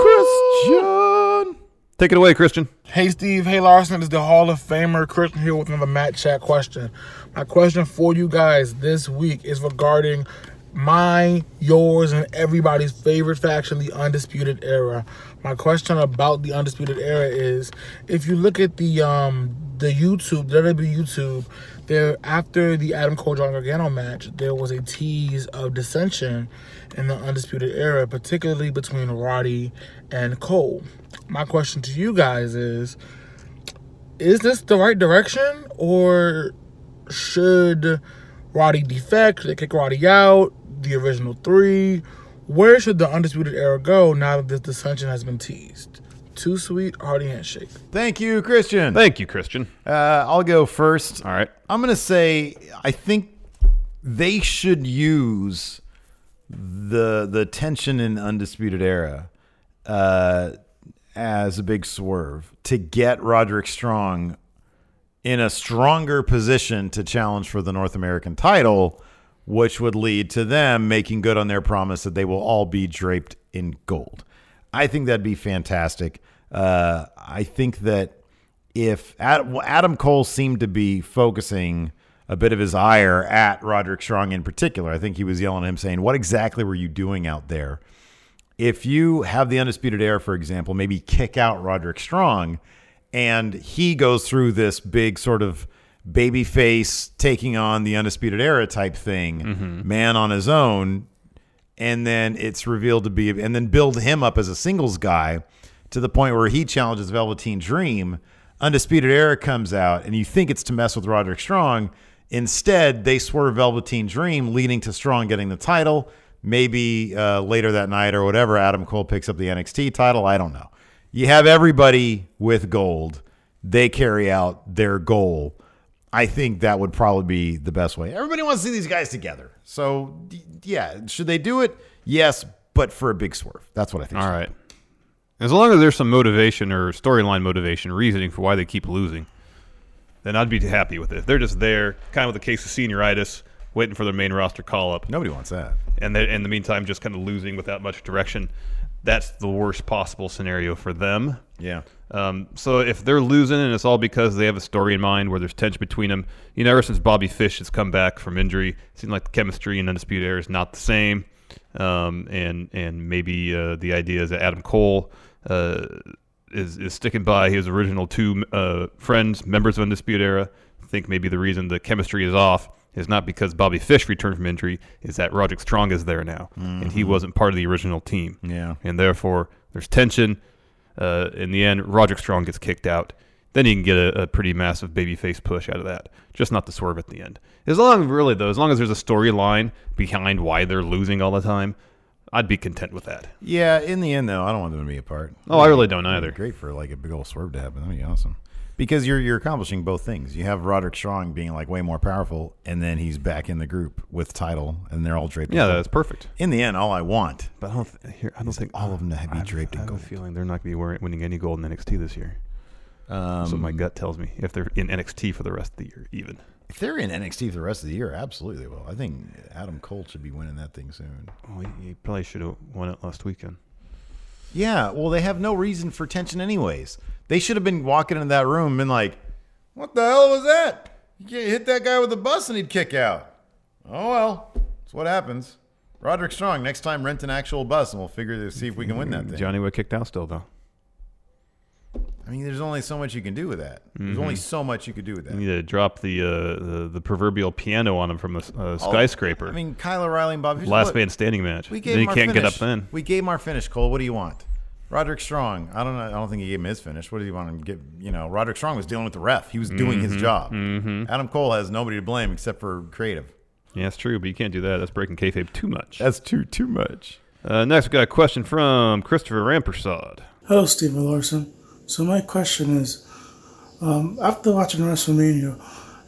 Speaker 11: Christian.
Speaker 2: Take it away, Christian.
Speaker 11: Hey, Steve. Hey, Larson. It's the Hall of Famer Christian here with another Matt Chat question. My question for you guys this week is regarding my, yours, and everybody's favorite faction, the Undisputed Era. My question about the Undisputed Era is if you look at the um the YouTube, the WWE YouTube, there after the Adam Cole John Gargano match, there was a tease of dissension in the Undisputed Era, particularly between Roddy and Cole. My question to you guys is is this the right direction or should Roddy defect? Should they kick Roddy out? The original three? Where should the Undisputed Era go now that this dissension has been teased? Too sweet, hearty handshake.
Speaker 1: Thank you, Christian.
Speaker 2: Thank you, Christian.
Speaker 1: Uh, I'll go first.
Speaker 2: All right.
Speaker 1: I'm going to say I think they should use the the tension in Undisputed Era uh, as a big swerve to get Roderick Strong in a stronger position to challenge for the North American title, which would lead to them making good on their promise that they will all be draped in gold. I think that'd be fantastic. Uh, I think that if Ad- well, Adam Cole seemed to be focusing a bit of his ire at Roderick Strong in particular, I think he was yelling at him saying, What exactly were you doing out there? If you have the Undisputed Era, for example, maybe kick out Roderick Strong and he goes through this big sort of baby face taking on the undisputed era type thing man on his own and then it's revealed to be and then build him up as a singles guy to the point where he challenges velveteen dream undisputed era comes out and you think it's to mess with roderick strong instead they swerve velveteen dream leading to strong getting the title maybe uh, later that night or whatever adam cole picks up the nxt title i don't know you have everybody with gold. They carry out their goal. I think that would probably be the best way. Everybody wants to see these guys together. So, d- yeah, should they do it? Yes, but for a big swerve. That's what I think.
Speaker 2: All right. As long as there's some motivation or storyline motivation, reasoning for why they keep losing, then I'd be happy with it. If they're just there, kind of with a case of senioritis, waiting for their main roster call up.
Speaker 1: Nobody wants that.
Speaker 2: And they, in the meantime, just kind of losing without much direction. That's the worst possible scenario for them.
Speaker 1: Yeah.
Speaker 2: Um, so if they're losing and it's all because they have a story in mind where there's tension between them, you know, ever since Bobby Fish has come back from injury, it seems like the chemistry in Undisputed Era is not the same. Um, and and maybe uh, the idea is that Adam Cole uh, is is sticking by his original two uh, friends, members of Undisputed Era. I think maybe the reason the chemistry is off is not because Bobby Fish returned from injury, is that Roderick Strong is there now, and he
Speaker 1: Mhm.
Speaker 2: wasn't part of the original team.
Speaker 1: Yeah.
Speaker 2: And therefore, there's tension. Uh, in the end, Roderick Strong gets kicked out. Then you can get a, a pretty massive babyface push out of that. Just not the swerve at the end. As long, really though, as long as there's a storyline behind why they're losing all the time, I'd be content with that.
Speaker 1: Yeah, in the end, though, I don't want them to be apart.
Speaker 2: Oh, I really don't either.
Speaker 1: Great for like a big old swerve to happen. That'd be awesome. Because you're you're accomplishing both things. You have Roderick Strong being like way more powerful, and then he's back in the group with title, and they're all draped. in
Speaker 2: Yeah,
Speaker 1: gold.
Speaker 2: that's perfect.
Speaker 1: In the end, all I want,
Speaker 2: but I don't. Th- here, I don't think
Speaker 1: all of them to be draped
Speaker 2: I
Speaker 1: in
Speaker 2: have
Speaker 1: gold.
Speaker 2: a feeling they're not going to be wearing, winning any gold in NXT this year.
Speaker 1: Um,
Speaker 2: so my gut tells me if they're in NXT for the rest of the year, even.
Speaker 1: If they're in NXT for the rest of the year, absolutely they will. I think Adam Cole should be winning that thing soon.
Speaker 2: Well, he, he probably should have won it last weekend.
Speaker 1: Yeah, well, they have no reason for tension, anyways. They should have been walking into that room and been like, "What the hell was that? You can't hit that guy with a bus and he'd kick out." Oh well, that's what happens. Roderick Strong, next time rent an actual bus and we'll figure to see if we can win that thing.
Speaker 2: Mm, Johnny would kicked out still though.
Speaker 1: I mean, there's only so much you can do with that. There's
Speaker 2: Mhm.
Speaker 1: only so much you could do with that.
Speaker 2: You need to drop the, uh, the the proverbial piano on him from a, s- a
Speaker 1: All-
Speaker 2: skyscraper.
Speaker 1: Oh, I mean, Kyle O'Reilly and Bobby. Fish-
Speaker 2: Last
Speaker 1: look,
Speaker 2: man standing match.
Speaker 1: We
Speaker 2: Then
Speaker 1: gave
Speaker 2: he
Speaker 1: him our
Speaker 2: can't get
Speaker 1: finish.
Speaker 2: up then.
Speaker 1: We gave him our finish, Cole. What do you want? Roderick Strong. I don't know. I don't think he gave him his finish. What do you want him to give? You know, Roderick Strong was dealing with the ref. He was doing his
Speaker 2: Mhm.
Speaker 1: job.
Speaker 2: Mhm.
Speaker 1: Adam Cole has nobody to blame except for creative.
Speaker 2: Yeah, that's true, but you can't do that. That's breaking kayfabe too much.
Speaker 1: That's too too much.
Speaker 2: Uh, next, we got a question from Christopher Rampersad.
Speaker 10: Hello, Stephen Larson. So my question is, um, after watching WrestleMania,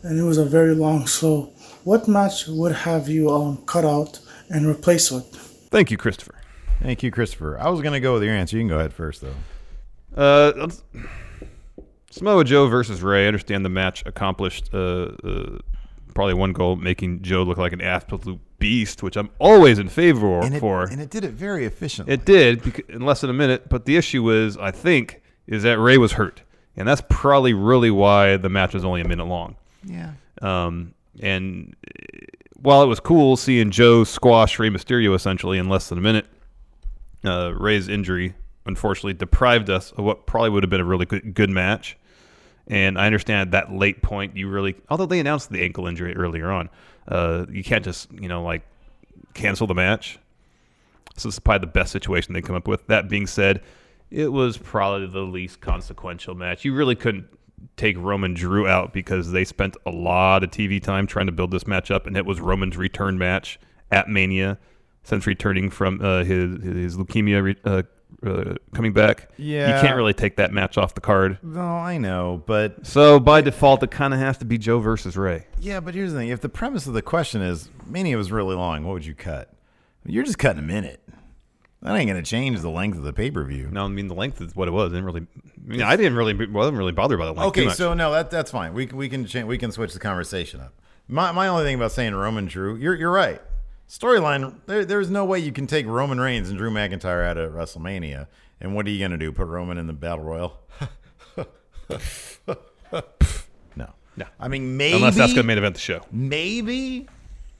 Speaker 10: and it was a very long show, what match would have you um, cut out and replace with?
Speaker 2: Thank you, Christopher.
Speaker 1: Thank you, Christopher. I was gonna go with your answer. You can go ahead first, though.
Speaker 2: Uh, let's- Samoa Joe versus Ray. I understand the match accomplished uh, uh, probably one goal, making Joe look like an absolute beast, which I'm always in favor
Speaker 1: And it,
Speaker 2: for.
Speaker 1: and it did it very efficiently.
Speaker 2: It did bec- in less than a minute, but the issue is, I think, is that Ray was hurt, and that's probably really why the match was only a minute long.
Speaker 1: Yeah.
Speaker 2: Um, and eh, while it was cool seeing Joe squash Rey Mysterio essentially in less than a minute, uh, Ray's injury unfortunately deprived us of what probably would have been a really good, good match. And I understand at that late point, you really, although they announced the ankle injury earlier on, uh, you can't just, you know, like cancel the match. So this is probably the best situation they come up with. That being said, it was probably the least consequential match. You really couldn't take Roman Drew out because they spent a lot of TV time trying to build this match up, and it was Roman's return match at Mania since returning from uh, his his leukemia re- uh, uh, coming back.
Speaker 1: Yeah.
Speaker 2: you can't really take that match off the card.
Speaker 1: No, I know, but
Speaker 2: so by default, it kind of has to be Joe versus Ray.
Speaker 1: Yeah, but here's the thing: if the premise of the question is Mania was really long, what would you cut? You're just cutting a minute. That ain't gonna change the length of the pay per view.
Speaker 2: No, I mean the length is what it was. It didn't really. I, mean, I didn't really. wasn't really bothered by the length. too
Speaker 1: Okay,
Speaker 2: much.
Speaker 1: so no, that that's fine. We can we can change, we can switch the conversation up. My my only thing about saying Roman Drew, you're you're right. Storyline, there, there's no way you can take Roman Reigns and Drew McIntyre out of WrestleMania. And what are you gonna do? Put Roman in the Battle Royal? no,
Speaker 2: no.
Speaker 1: I mean, maybe
Speaker 2: unless that's going to main event the show.
Speaker 1: Maybe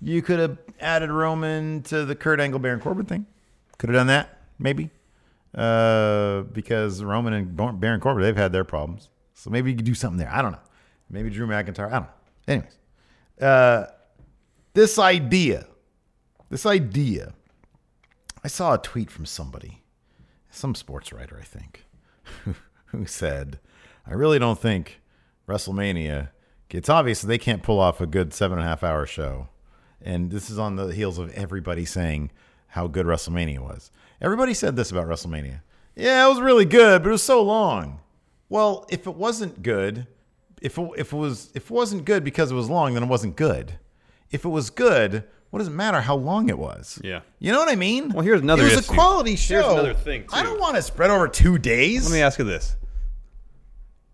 Speaker 1: you could have added Roman to the Kurt Angle Baron Corbin thing. Could have done that, maybe, uh, because Roman and Bar- Baron Corbin they've had their problems. So maybe you could do something there. I don't know. Maybe Drew McIntyre. I don't know. Anyways, uh, this idea, this idea. I saw a tweet from somebody, some sports writer, I think, who said, I really don't think WrestleMania, it's obvious that they can't pull off a good seven and a half hour show. And this is on the heels of everybody saying how good WrestleMania was. Everybody said this about WrestleMania. Yeah, it was really good, but it was so long. Well, if it wasn't good, if it, if it was if it wasn't good because it was long, then it wasn't good. If it was good, what does it matter how long it was?
Speaker 2: Yeah.
Speaker 1: You know what I mean? Well,
Speaker 2: here's another
Speaker 1: It was
Speaker 2: issue.
Speaker 1: a quality show.
Speaker 2: Here's another thing,
Speaker 1: I don't want it spread over two days.
Speaker 2: Let me ask you this: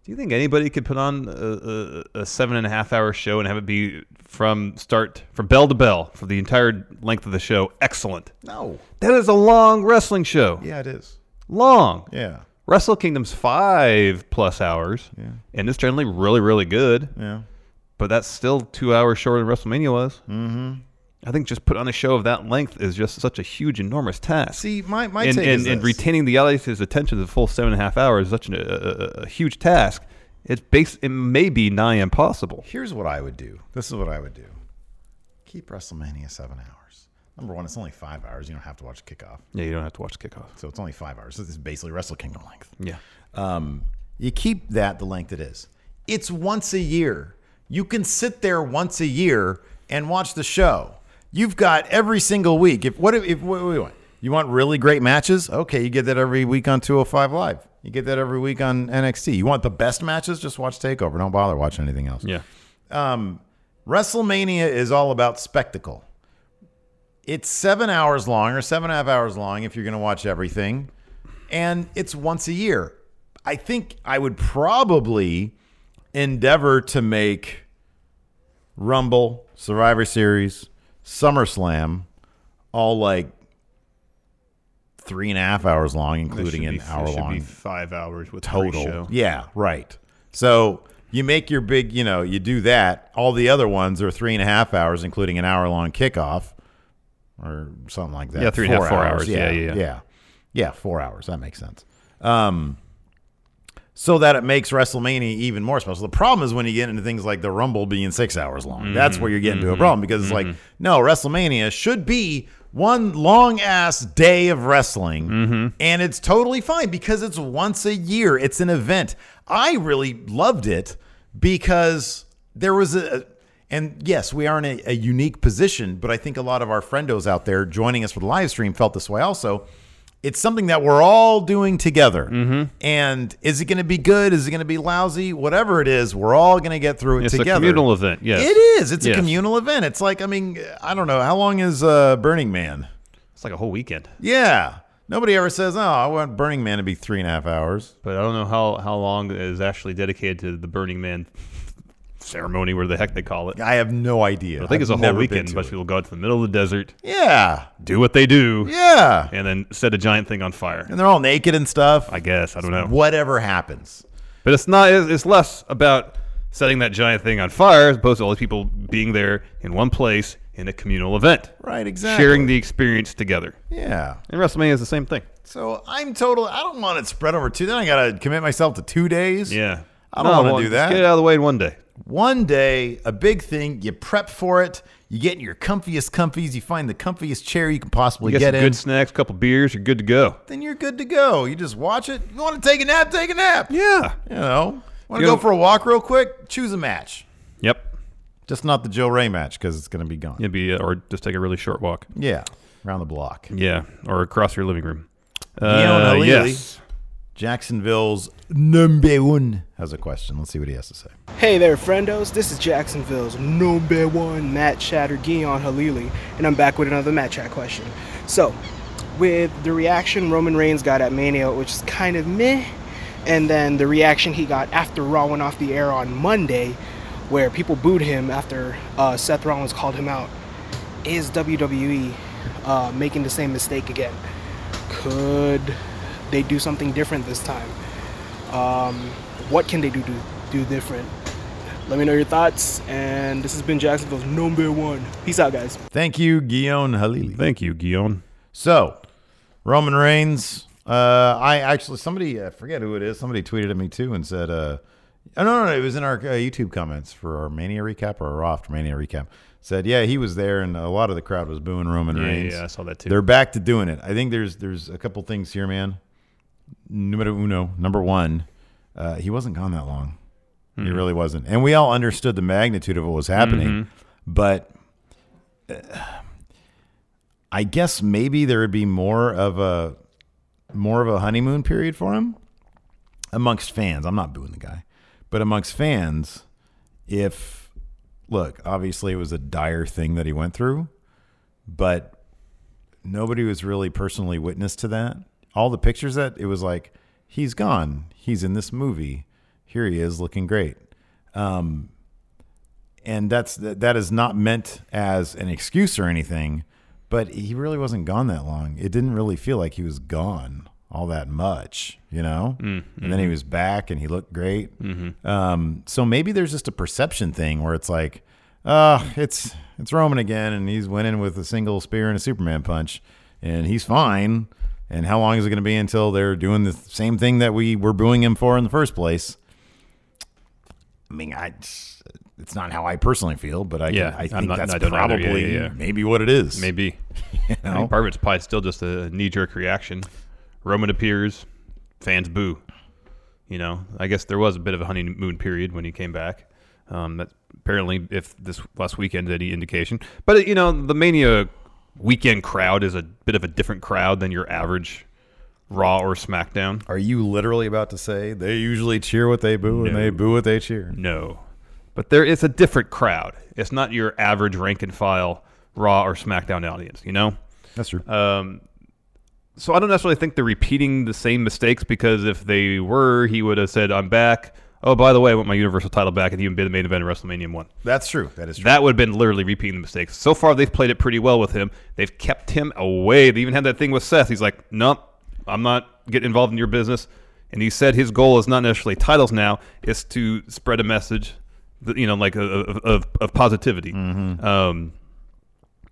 Speaker 2: Do you think anybody could put on a, a, a seven and a half hour show and have it be from start from bell to bell for the entire length of the show? Excellent.
Speaker 1: No.
Speaker 2: That is a long wrestling show.
Speaker 1: Yeah, it is.
Speaker 2: Long.
Speaker 1: Yeah.
Speaker 2: Wrestle Kingdom's five plus hours. Yeah. And it's generally really really good.
Speaker 1: Yeah.
Speaker 2: But that's still two hours shorter than WrestleMania was. Mm-hmm. I think just put on a show of that length is just such a huge, enormous task.
Speaker 1: See, my- my
Speaker 2: and,
Speaker 1: take
Speaker 2: and,
Speaker 1: is
Speaker 2: and
Speaker 1: this.
Speaker 2: retaining the audience's attention the full seven and a half hours is such an, a, a, a huge task. It's based, it may be nigh impossible.
Speaker 1: Here's what I would do. This is what I would do. Keep WrestleMania seven hours. Number one, it's only five hours. You don't have to watch kickoff.
Speaker 2: Yeah, you don't have to watch kickoff.
Speaker 1: So it's only five hours. This is basically Wrestle Kingdom length.
Speaker 2: Yeah.
Speaker 1: Um, you keep that the length it is. It's once a year. You can sit there once a year and watch the show. You've got every single week. If what if, if what do we want? You want really great matches? Okay, you get that every week on 205 Live. You get that every week on NXT. You want the best matches? Just watch Takeover. Don't bother watching anything else.
Speaker 2: Yeah.
Speaker 1: Um, WrestleMania is all about spectacle. It's seven hours long or seven and a half hours long if you're going to watch everything, and it's once a year. I think I would probably endeavor to make Rumble, Survivor Series, SummerSlam all like three and a half hours long, including an hour long
Speaker 2: five hours with
Speaker 1: total. Yeah, right. So you make your big, you know, you do that. All the other ones are three and a half hours, including an hour long kickoff or something like that.
Speaker 2: Yeah, three and a half, four hours. Yeah, yeah,
Speaker 1: yeah,
Speaker 2: yeah.
Speaker 1: yeah. Yeah, four hours. That makes sense. Um, so that it makes WrestleMania even more special. The problem is when you get into things like the Rumble being six hours long. That's where you're getting
Speaker 2: Mm-hmm.
Speaker 1: to a problem because it's like, no, WrestleMania should be one long ass day of wrestling,
Speaker 2: Mm-hmm.
Speaker 1: and it's totally fine because it's once a year. It's an event. I really loved it because there was a. And yes, we are in a, a unique position, but I think a lot of our friendos out there joining us for the live stream felt this way also it's something that we're all doing together.
Speaker 2: Mm-hmm.
Speaker 1: And is it going to be good? Is it going to be lousy? Whatever it is, we're all going to get through it
Speaker 2: It's a
Speaker 1: together.
Speaker 2: communal event, yes.
Speaker 1: It is. It's
Speaker 2: Yes.
Speaker 1: a communal event. It's like, I mean, I don't know. How long is uh, Burning Man?
Speaker 2: It's like a whole weekend.
Speaker 1: Yeah. Nobody ever says, oh, I want Burning Man to be three and a half hours.
Speaker 2: But uh, I don't know how, how long is actually dedicated to the Burning Man ceremony, where the heck they call it.
Speaker 1: I have no idea.
Speaker 2: I think it's
Speaker 1: I've
Speaker 2: a whole
Speaker 1: never been
Speaker 2: weekend. A
Speaker 1: to
Speaker 2: bunch
Speaker 1: it.
Speaker 2: of people go out to the middle of the desert.
Speaker 1: Yeah.
Speaker 2: Do what they do.
Speaker 1: Yeah.
Speaker 2: And then set a giant thing on fire.
Speaker 1: And they're all naked and stuff.
Speaker 2: I guess. I don't know.
Speaker 1: Whatever happens.
Speaker 2: But it's not. it's- It's less about setting that giant thing on fire as opposed to all these people being there in one place in a communal event.
Speaker 1: Right, exactly.
Speaker 2: Sharing the experience together.
Speaker 1: Yeah.
Speaker 2: And WrestleMania is the same thing.
Speaker 1: So I'm total. I don't want it spread over two. Then I got to commit myself to two days.
Speaker 2: Yeah.
Speaker 1: I don't
Speaker 2: No,
Speaker 1: want
Speaker 2: well,
Speaker 1: to do
Speaker 2: just
Speaker 1: that.
Speaker 2: get it out of the way in one day.
Speaker 1: One day, a big thing. You prep for it. You get in your comfiest comfies. You find the comfiest chair you can possibly
Speaker 2: You get,
Speaker 1: get,
Speaker 2: some
Speaker 1: in.
Speaker 2: good snacks, a couple beers, you're good to go.
Speaker 1: then you're good to go. You just watch it. You want to take a nap? Take a nap.
Speaker 2: Yeah.
Speaker 1: You know, want
Speaker 2: You
Speaker 1: to go
Speaker 2: know-
Speaker 1: for a walk real quick? Choose a match.
Speaker 2: Yep.
Speaker 1: Just not the Joe Ray match because it's going to be gone.
Speaker 2: It'd be, uh, or just take a really short walk.
Speaker 1: Yeah. Around the block.
Speaker 2: Yeah. Or across your living room.
Speaker 1: Leona
Speaker 2: Uh,
Speaker 1: Lely,
Speaker 2: yes.
Speaker 1: Jacksonville's number one has a question. Let's see what he has to say.
Speaker 12: Hey there, friendos. This is Jacksonville's number one Matt Chatter Gion Halili, and I'm back with another Matt Chat question. So, with the reaction Roman Reigns got at Mania, which is kind of meh, and then the reaction he got after Raw went off the air on Monday, where people booed him after uh, Seth Rollins called him out, is WWE uh, making the same mistake again? Could they do something different this time? Um, what can they do, do do different? Let me know your thoughts. And this has been Jacksonville's number one. Peace out, guys.
Speaker 1: Thank you, Guillaume Halili.
Speaker 2: Thank you, Guillaume.
Speaker 1: So, Roman Reigns. Uh, I actually somebody I forget who it is. Somebody tweeted at me too and said, uh, "Oh no, no, no, it was in our uh, YouTube comments for our Mania recap or our after Mania recap." Said, "Yeah, he was there, and a lot of the crowd was booing Roman
Speaker 2: Yeah,
Speaker 1: Reigns."
Speaker 2: yeah, I saw that too.
Speaker 1: They're back to doing it. I think there's there's a couple things here, man. Numero uno, number one, uh, he wasn't gone that long. He really wasn't, and we all understood the magnitude of what was
Speaker 2: Mhm.
Speaker 1: happening, but uh, I guess maybe there would be more of a more of a honeymoon period for him amongst fans. I'm not booing the guy, but amongst fans, if look, obviously it was a dire thing that he went through, but nobody was really personally witness to that. All the pictures that it was like he's gone, he's in this movie. Here he is looking great. Um and that's that that is not meant as an excuse or anything, but he really wasn't gone that long. It didn't really feel like he was gone all that much, you know?
Speaker 2: Mm,
Speaker 1: And then he
Speaker 2: mhm.
Speaker 1: was back and he looked great.
Speaker 2: Mhm.
Speaker 1: Um, so maybe there's just a perception thing where it's like, uh, it's it's Roman again, and he's winning with a single spear and a Superman punch, and he's fine. And how long is it going to be until they're doing the same thing that we were booing him for in the first place? I mean, I it's not how I personally feel, but I
Speaker 2: yeah,
Speaker 1: I
Speaker 2: I'm
Speaker 1: think that's
Speaker 2: don't either.
Speaker 1: probably
Speaker 2: Yeah, yeah, yeah.
Speaker 1: maybe what it is.
Speaker 2: Maybe.
Speaker 1: You
Speaker 2: I
Speaker 1: know?
Speaker 2: think part of it's probably still just a knee jerk reaction. Roman appears, fans boo. You know, I guess there was a bit of a honeymoon period when he came back. Um, that apparently, if this last weekend's any indication, but uh, you know, the Mania weekend crowd is a bit of a different crowd than your average Raw or SmackDown.
Speaker 1: Are you literally about to say they usually cheer what they boo and
Speaker 2: No.
Speaker 1: they boo what they cheer?
Speaker 2: No. But there is a different crowd. It's not your average rank and file Raw or SmackDown audience, you know?
Speaker 1: That's true.
Speaker 2: Um, so I don't necessarily think they're repeating the same mistakes because if they were, he would have said, I'm back. Oh, by the way, I want my Universal title back and even be the main event of WrestleMania 1.
Speaker 1: That's true. That is true.
Speaker 2: That would have been literally repeating the mistakes. So far, they've played it pretty well with him. They've kept him away. They even had that thing with Seth. He's like, nope, I'm not getting involved in your business. And he said his goal is not necessarily titles now; it's to spread a message, that, you know, like of, of, of positivity.
Speaker 1: Mm-hmm.
Speaker 2: Um,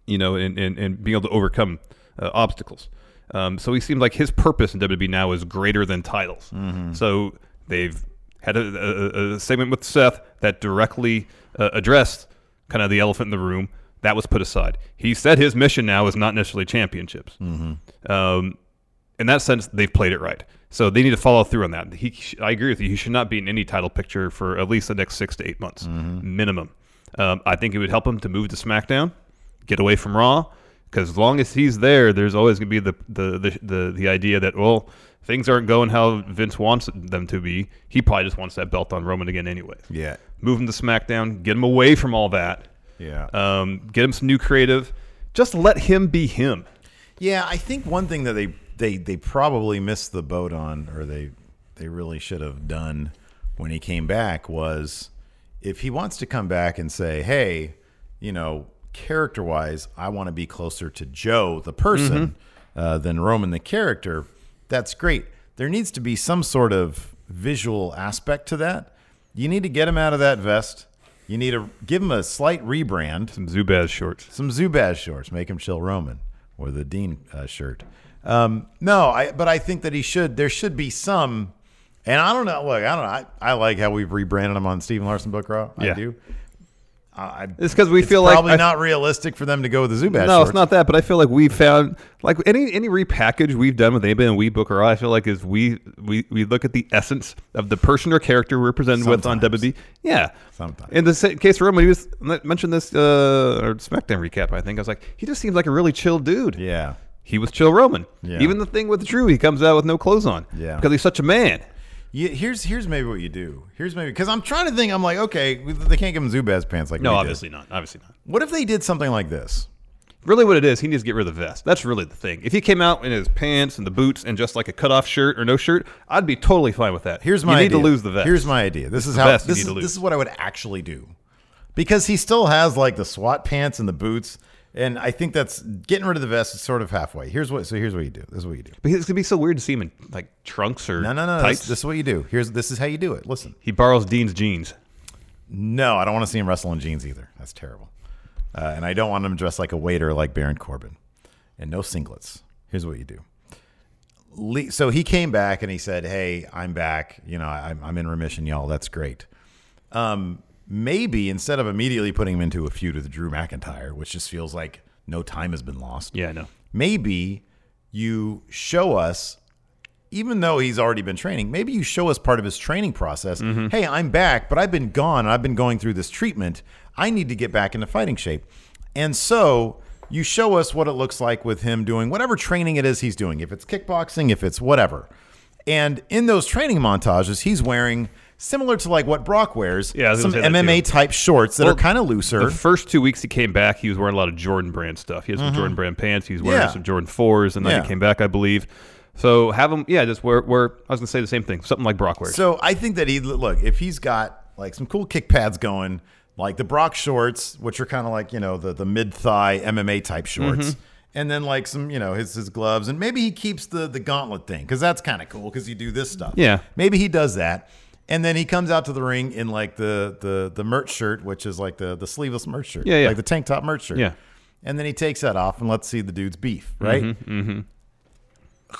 Speaker 2: you know, and, and, and being able to overcome uh, obstacles. Um, so he seems like his purpose in WWE now is greater than titles.
Speaker 1: Mhm.
Speaker 2: Mm-hmm. So they've had a, a, a segment with Seth that directly uh, addressed kind of the elephant in the room. That was put aside. He said his mission now is not necessarily championships. Um, in that sense, they've played it right. So they need to follow through on that. He, sh- I agree with you. He should not be in any title picture for at least the next six to eight months
Speaker 1: Mm-hmm.
Speaker 2: minimum. Um, I think it would help him to move to SmackDown, get away from Raw, because as long as he's there, there's always going to be the, the the the the idea that well things aren't going how Vince wants them to be. He probably just wants that belt on Roman again, anyways.
Speaker 1: Yeah.
Speaker 2: move him to SmackDown, get him away from all that.
Speaker 1: Yeah.
Speaker 2: um, get him some new creative. Just let him be him.
Speaker 1: Yeah, I think one thing that they they they probably missed the boat on, or they they really should have done when he came back was if he wants to come back and say, hey, you know, character wise, I want to be closer to Joe the person
Speaker 2: Mm-hmm.
Speaker 1: uh, than Roman the character. That's great. There needs to be some sort of visual aspect to that. You need to get him out of that vest. You need to give him a slight rebrand.
Speaker 2: Some Zubaz shorts.
Speaker 1: Some Zubaz shorts. Make him chill Roman or the Dean uh, shirt. Um, no, I, but I think that he should. There should be some. And I don't know. Look, I don't know. I, I like how we've rebranded him on Stephen Larson Book Raw. I
Speaker 2: Yeah.
Speaker 1: do. I,
Speaker 2: It's 'cause we
Speaker 1: it's
Speaker 2: feel like-
Speaker 1: probably
Speaker 2: I-
Speaker 1: not realistic for them to go with the Zubaz.
Speaker 2: No,
Speaker 1: shorts.
Speaker 2: it's not that. But I feel like we found like any any repackage we've done with anybody and we Booker I feel like is we we we look at the essence of the person or character we're presented with on WB. Yeah,
Speaker 1: sometimes.
Speaker 2: In the sa- case of Roman, he was I mentioned this uh, or SmackDown recap. I think I was like, he just seems like a really chill dude.
Speaker 1: Yeah,
Speaker 2: he was chill Roman.
Speaker 1: Yeah.
Speaker 2: Even the thing with Drew, he comes out with no clothes on.
Speaker 1: Yeah.
Speaker 2: because he's such a man.
Speaker 1: Yeah, here's here's maybe what you do. Here's maybe because I'm trying to think. I'm like, okay, they can't give him Zubaz pants like
Speaker 2: No,
Speaker 1: we did.
Speaker 2: obviously not. Obviously not.
Speaker 1: What if they did something like this?
Speaker 2: Really, what it is, he needs to get rid of the vest. That's really the thing. If he came out in his pants and the boots and just like a cutoff shirt or no shirt, I'd be totally fine with that.
Speaker 1: Here's my
Speaker 2: you need
Speaker 1: idea.
Speaker 2: to lose the vest.
Speaker 1: Here's my idea. This is
Speaker 2: The
Speaker 1: how
Speaker 2: vest you
Speaker 1: this
Speaker 2: need
Speaker 1: is,
Speaker 2: to lose.
Speaker 1: this is what I would actually do. Because he still has like the SWAT pants and the boots, and I think that's getting rid of the vest is sort of halfway. Here's what so here's what you do. This is what you do.
Speaker 2: But it's gonna be so weird to see him in like trunks or
Speaker 1: No, no, no.
Speaker 2: tights.
Speaker 1: This, this is what you do. Here's this is how you do it. Listen.
Speaker 2: He borrows Dean's jeans.
Speaker 1: No, I don't want to see him wrestle in jeans either. That's terrible. Uh, and I don't want him dressed like a waiter like Baron Corbin. And no singlets. Here's what you do. Le- so he came back and he said, "Hey, I'm back. You know, I'm, I'm in remission, y'all. That's great." Um, maybe instead of immediately putting him into a feud with Drew McIntyre, which just feels like no time has been lost.
Speaker 2: Yeah, I know.
Speaker 1: Maybe you show us, even though he's already been training, maybe you show us part of his training process.
Speaker 2: Mm-hmm.
Speaker 1: Hey, I'm back, but I've been gone and I've been going through this treatment. I need to get back into fighting shape. And so you show us what it looks like with him doing whatever training it is he's doing, if it's kickboxing, if it's whatever. And in those training montages, he's wearing similar to like what Brock wears,
Speaker 2: Yeah, I was
Speaker 1: some
Speaker 2: gonna say that too.
Speaker 1: MMA type shorts that
Speaker 2: Well,
Speaker 1: are kind of looser.
Speaker 2: The first two weeks he came back, he was wearing a lot of Jordan brand stuff. He had some
Speaker 1: Mhm.
Speaker 2: Jordan brand pants. He was wearing
Speaker 1: Yeah.
Speaker 2: some Jordan fours, and then
Speaker 1: Yeah.
Speaker 2: he came back, I believe. So have him, yeah, just wear. wear I was gonna say the same thing, something like Brock wears.
Speaker 1: So I think that he look if he's got like some cool kick pads going, like the Brock shorts, which are kind of like you know the the mid thigh MMA type shorts.
Speaker 2: Mhm.
Speaker 1: And then like some, you know, his his gloves, and maybe he keeps the the gauntlet thing because that's kind of cool because you do this stuff.
Speaker 2: Yeah.
Speaker 1: maybe he does that, and then he comes out to the ring in like the the the merch shirt, which is like the the sleeveless merch shirt,
Speaker 2: Yeah, yeah.
Speaker 1: like the tank top merch shirt.
Speaker 2: Yeah.
Speaker 1: and then he takes that off and let's see the dude's beef, right?
Speaker 2: Mm-hmm.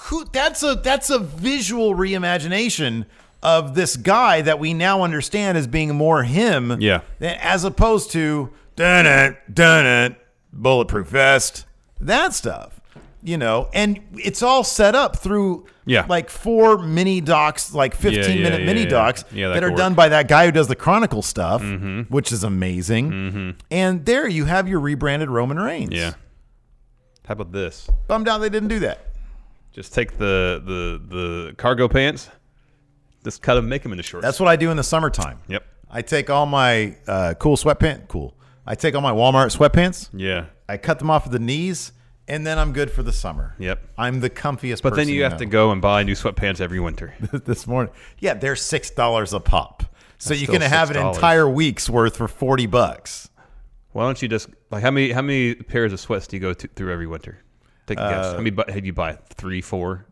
Speaker 1: who that's a that's a visual reimagination of this guy that we now understand as being more him
Speaker 2: Yeah.
Speaker 1: than, as opposed to dun it dun it bulletproof vest that stuff you know and it's all set up through
Speaker 2: Yeah.
Speaker 1: like four mini docs like 15
Speaker 2: yeah,
Speaker 1: minute
Speaker 2: yeah,
Speaker 1: mini
Speaker 2: yeah.
Speaker 1: docs
Speaker 2: Yeah, that
Speaker 1: that,
Speaker 2: could
Speaker 1: are
Speaker 2: work. Mm-hmm.
Speaker 1: done by that guy who does the chronicle stuff which is amazing and there you have your rebranded roman reigns
Speaker 2: Yeah. How about this?
Speaker 1: bummed out they didn't do that
Speaker 2: Just take the the the cargo pants, just cut them, make them into shorts.
Speaker 1: That's what I do in the summertime.
Speaker 2: Yep.
Speaker 1: I take all my uh, cool sweatpants. Cool. I take all my Walmart sweatpants.
Speaker 2: Yeah.
Speaker 1: I cut them off at the knees, and then I'm good for the summer.
Speaker 2: Yep.
Speaker 1: I'm the comfiest.
Speaker 2: But then
Speaker 1: person
Speaker 2: you have
Speaker 1: know.
Speaker 2: to go and buy new sweatpants every winter.
Speaker 1: this morning. Yeah, they're six dollars a pop. So
Speaker 2: That's
Speaker 1: you
Speaker 2: still
Speaker 1: can have an
Speaker 2: $6.
Speaker 1: entire week's worth for forty bucks.
Speaker 2: Why don't you just like how many how many pairs of sweats do you go to, through every winter? Take a guess.
Speaker 1: Uh,
Speaker 2: How many bu- how do you buy? Three, four.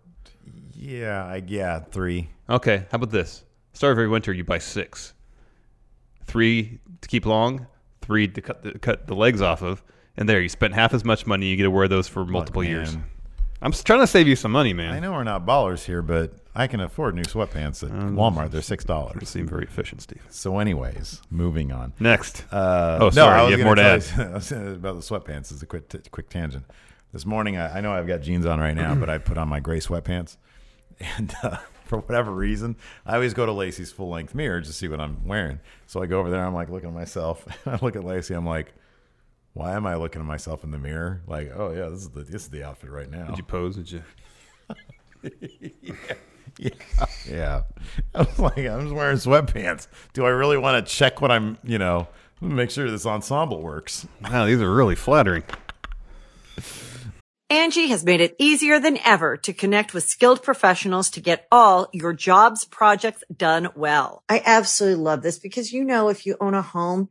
Speaker 1: Yeah, I, yeah, three.
Speaker 2: Okay. How about this? Start of every winter, you buy six. Three to keep long, three to cut the, cut the legs off of, and there you spent half as much money. You get to wear those for multiple years.
Speaker 1: man.
Speaker 2: I'm s- trying to save you some money, man.
Speaker 1: I know we're not ballers here, but I can afford new sweatpants at Walmart. They're six dollars.
Speaker 2: Um, Seem very efficient, Steve.
Speaker 1: So, anyways, moving on.
Speaker 2: Next.
Speaker 1: Uh,
Speaker 2: oh,
Speaker 1: no,
Speaker 2: sorry.
Speaker 1: I was
Speaker 2: you have more to
Speaker 1: gonna
Speaker 2: add.
Speaker 1: tell you- I was gonna- about the sweatpants is a quick t- quick tangent. This morning, I, I know I've got jeans on right now, but I put on my gray sweatpants, and uh, for whatever reason, I always go to Lacey's full length mirror to see what I'm wearing. So I go over there, I'm like looking at myself. I look at Lacey, I'm like, why am I looking at myself in the mirror? Like, oh yeah, this is the this is the outfit right now.
Speaker 2: Did you pose? Did you?
Speaker 1: yeah. yeah. I was like, I'm just wearing sweatpants. Do I really want to check what I'm, you know, make sure this ensemble works?
Speaker 2: Wow, these are really flattering.
Speaker 13: Angie has made it easier than ever to connect with skilled professionals to get all your jobs projects done well.
Speaker 14: I absolutely love this because, you know, if you own a home,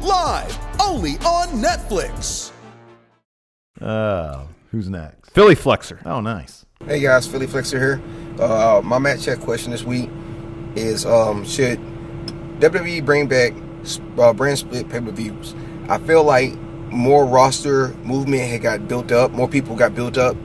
Speaker 15: live only on Netflix.
Speaker 1: Oh, who's next?
Speaker 2: Philly Flexer.
Speaker 1: Oh, nice.
Speaker 16: Hey guys, Philly Flexer here. Uh, my match check question this week is: um, Should WWE bring back uh, brand split pay per views? I feel like more roster movement had got built up, more people got built up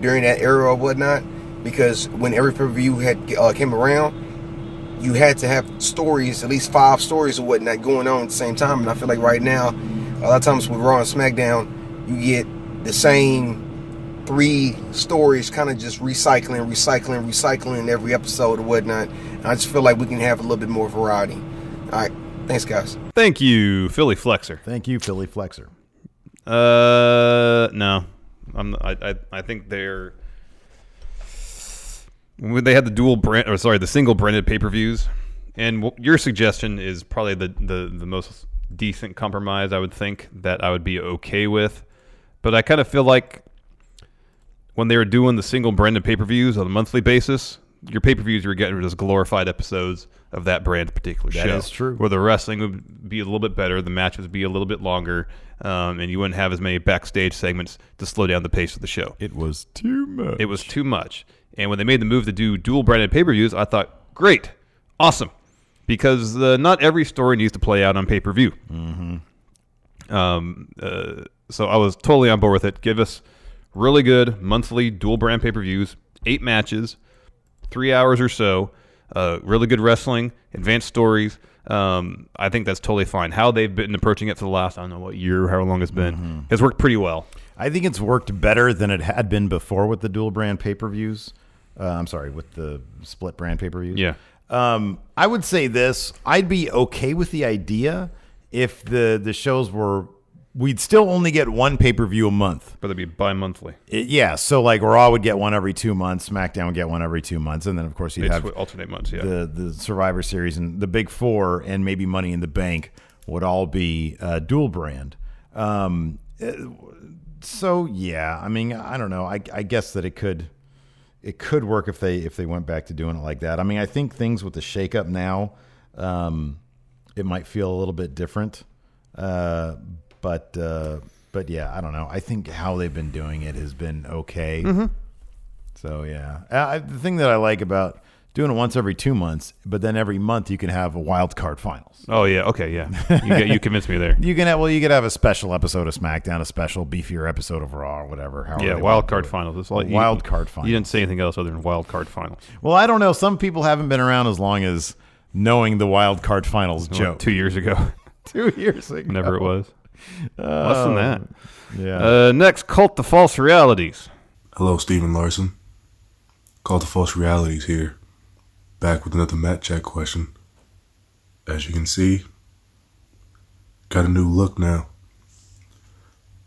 Speaker 16: during that era or whatnot. Because when every pay per view had uh, came around, you had to have stories, at least five stories or whatnot, going on at the same time. And I feel like right now, a lot of times with Raw and SmackDown, you get the same three stories kind of just recycling, recycling, recycling every episode or whatnot. And I just feel like we can have a little bit more variety. All right. Thanks, guys.
Speaker 2: Thank you, Philly Flexer.
Speaker 1: Thank you, Philly Flexer.
Speaker 2: Uh, no, I'm, I, I, I think they're when they had the dual brand, or sorry, the single branded pay per views, and wh- your suggestion is probably the, the the most decent compromise I would think that I would be okay with, but I kind of feel like when they were doing the single branded pay per views on a monthly basis, your pay per views you were getting were just glorified episodes of that brand particular
Speaker 1: That
Speaker 2: show.
Speaker 1: is true.
Speaker 2: Where the wrestling would be a little bit better, the matches would be a little bit longer, um, and you wouldn't have as many backstage segments to slow down the pace of the show.
Speaker 1: It was too much.
Speaker 2: It was too much. And when they made the move to do dual branded pay per views, I thought, great, awesome, because uh, not every story needs to play out on pay per view.
Speaker 1: Mm-hmm.
Speaker 2: Um, uh, so I was totally on board with it. Give us really good monthly dual brand pay per views, eight matches, three hours or so, uh, really good wrestling, advanced stories. Um, I think that's totally fine. How they've been approaching it for the last, I don't know what year, how long it's been, has worked pretty well.
Speaker 1: Mm-hmm. I think it's worked better than it had been before with the dual brand pay per views. Uh, I'm sorry, with the split brand pay per views.
Speaker 2: Yeah.
Speaker 1: Um, I would say this: I'd be okay with the idea if the the shows were we'd still only get one pay per view a month,
Speaker 2: but it'd be bi monthly.
Speaker 1: It- yeah, so like Raw would get one every two months, SmackDown would get one every two months, and then of course you'd
Speaker 2: They'd
Speaker 1: have
Speaker 2: swi- alternate months, yeah.
Speaker 1: the the Survivor Series and the Big Four and maybe Money in the Bank would all be uh, dual brand. Um, eh, so yeah, I mean, I don't know. I, I guess that it could it could work if they if they went back to doing it like that. I mean, I think things with the shakeup now, um, it might feel a little bit different. Uh, but uh, but yeah, I don't know. I think how they've been doing it has been okay.
Speaker 2: Mhm.
Speaker 1: So yeah, Uh, I, the thing that I like about doing it once every two months, but then every month you can have a wild card finals.
Speaker 2: Oh, yeah. Okay. Yeah. You, get, you convinced me there.
Speaker 1: You can have well, you could have a special episode of SmackDown, a special beefier episode of Raw, or whatever. however
Speaker 2: Yeah,
Speaker 1: they
Speaker 2: wild
Speaker 1: wanna
Speaker 2: card
Speaker 1: do it.
Speaker 2: finals. It's like
Speaker 1: wild
Speaker 2: you,
Speaker 1: card finals.
Speaker 2: You didn't say anything else other than wild card finals.
Speaker 1: Well, I don't know. Some people haven't been around as long as knowing the wild card finals
Speaker 2: Like
Speaker 1: joke.
Speaker 2: two years ago.
Speaker 1: two years ago.
Speaker 2: Whenever it was. Less than
Speaker 1: Oh,
Speaker 2: that.
Speaker 1: yeah.
Speaker 2: Uh, next, cult to false realities.
Speaker 17: Hello, Stephen Larson. Call to False Realities here. Back with another Matt Check question. As you can see, got a new look now.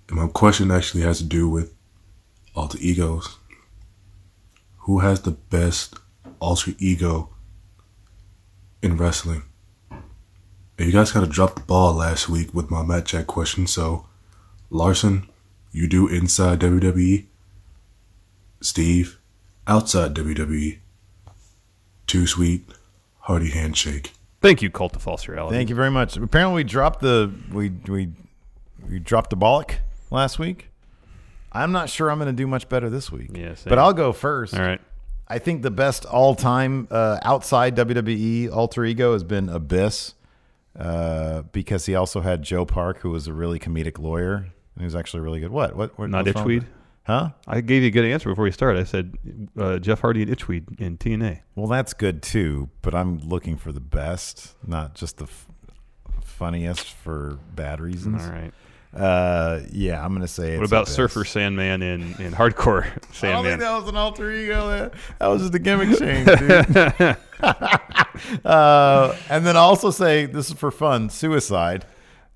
Speaker 17: And my question actually has to do with alter egos. Who has the best alter ego in wrestling? And you guys kind of dropped the ball last week with my Matt Jack question, so Larson, you do inside E? WWE. Steve, outside WWE. Too sweet, hearty handshake.
Speaker 2: Thank you, Cult of False Reality.
Speaker 1: Thank you very much. Apparently, we dropped the we we we dropped the bollock last week. I'm not sure I'm going to do much better this week.
Speaker 2: Yes,
Speaker 1: but I'll go first.
Speaker 2: All right.
Speaker 1: I think the best all time uh, outside WWE alter ego has been Abyss uh, because he also had Joe Park, who was a really comedic lawyer and he was actually really good. What? What? what
Speaker 2: Not
Speaker 1: what's wrong
Speaker 2: Itchweed?
Speaker 1: with it? Huh?
Speaker 2: I gave you a good answer before you started. I said uh, Jeff Hardy and Itchweed in TNA.
Speaker 1: Well, that's good too, but I'm looking for the best, not just the f- funniest for bad reasons.
Speaker 2: All right.
Speaker 1: Uh, yeah, I'm gonna say.
Speaker 2: What
Speaker 1: it's
Speaker 2: about
Speaker 1: Abyss. Oh,
Speaker 2: Surfer Sandman and, and Hardcore
Speaker 1: I don't think
Speaker 2: Sandman?
Speaker 1: that was an alter ego. There. That was just a gimmick change, dude. uh, and then also say this is for fun. Suicide.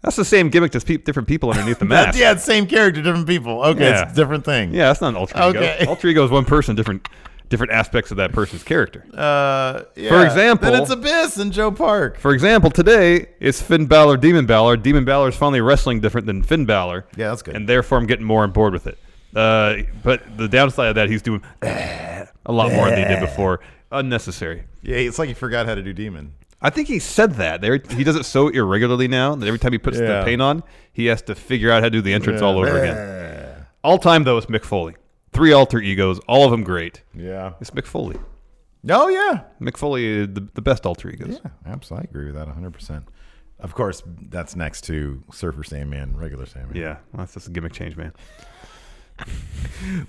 Speaker 2: That's the same gimmick, just pe- different people underneath the
Speaker 1: That-
Speaker 2: mask.
Speaker 1: yeah, it's same character, different people. Okay,
Speaker 2: Yeah.
Speaker 1: it's a different thing.
Speaker 2: Yeah, that's not an alter ego.
Speaker 1: Okay.
Speaker 2: Alter ego is one person, different different aspects of that person's character.
Speaker 1: Uh, yeah.
Speaker 2: For example,
Speaker 1: then it's Abyss and Joe Park.
Speaker 2: For example, today it's Finn Balor, Demon Balor. Demon Balor is finally wrestling different than Finn Balor.
Speaker 1: Yeah, that's good.
Speaker 2: And therefore, I'm getting more on board with it. Uh, but the downside of that, he's doing a lot more than he did before. Unnecessary.
Speaker 1: Yeah, it's like he forgot how to do demon.
Speaker 2: I think he said that. There, he does it so irregularly now that every time he puts
Speaker 1: Yeah.
Speaker 2: the paint on, he has to figure out how to do the entrance
Speaker 1: Yeah.
Speaker 2: all over again. All time though, it's Mick Foley. Three alter egos, all of them great.
Speaker 1: Yeah.
Speaker 2: It's Mick Foley.
Speaker 1: Oh yeah.
Speaker 2: Mick Foley, uh, the, the best alter egos.
Speaker 1: Yeah, absolutely. I agree with that 100%. Of course, that's next to Surfer Sandman, and regular Sandman.
Speaker 2: Yeah, well, that's just a gimmick change, man.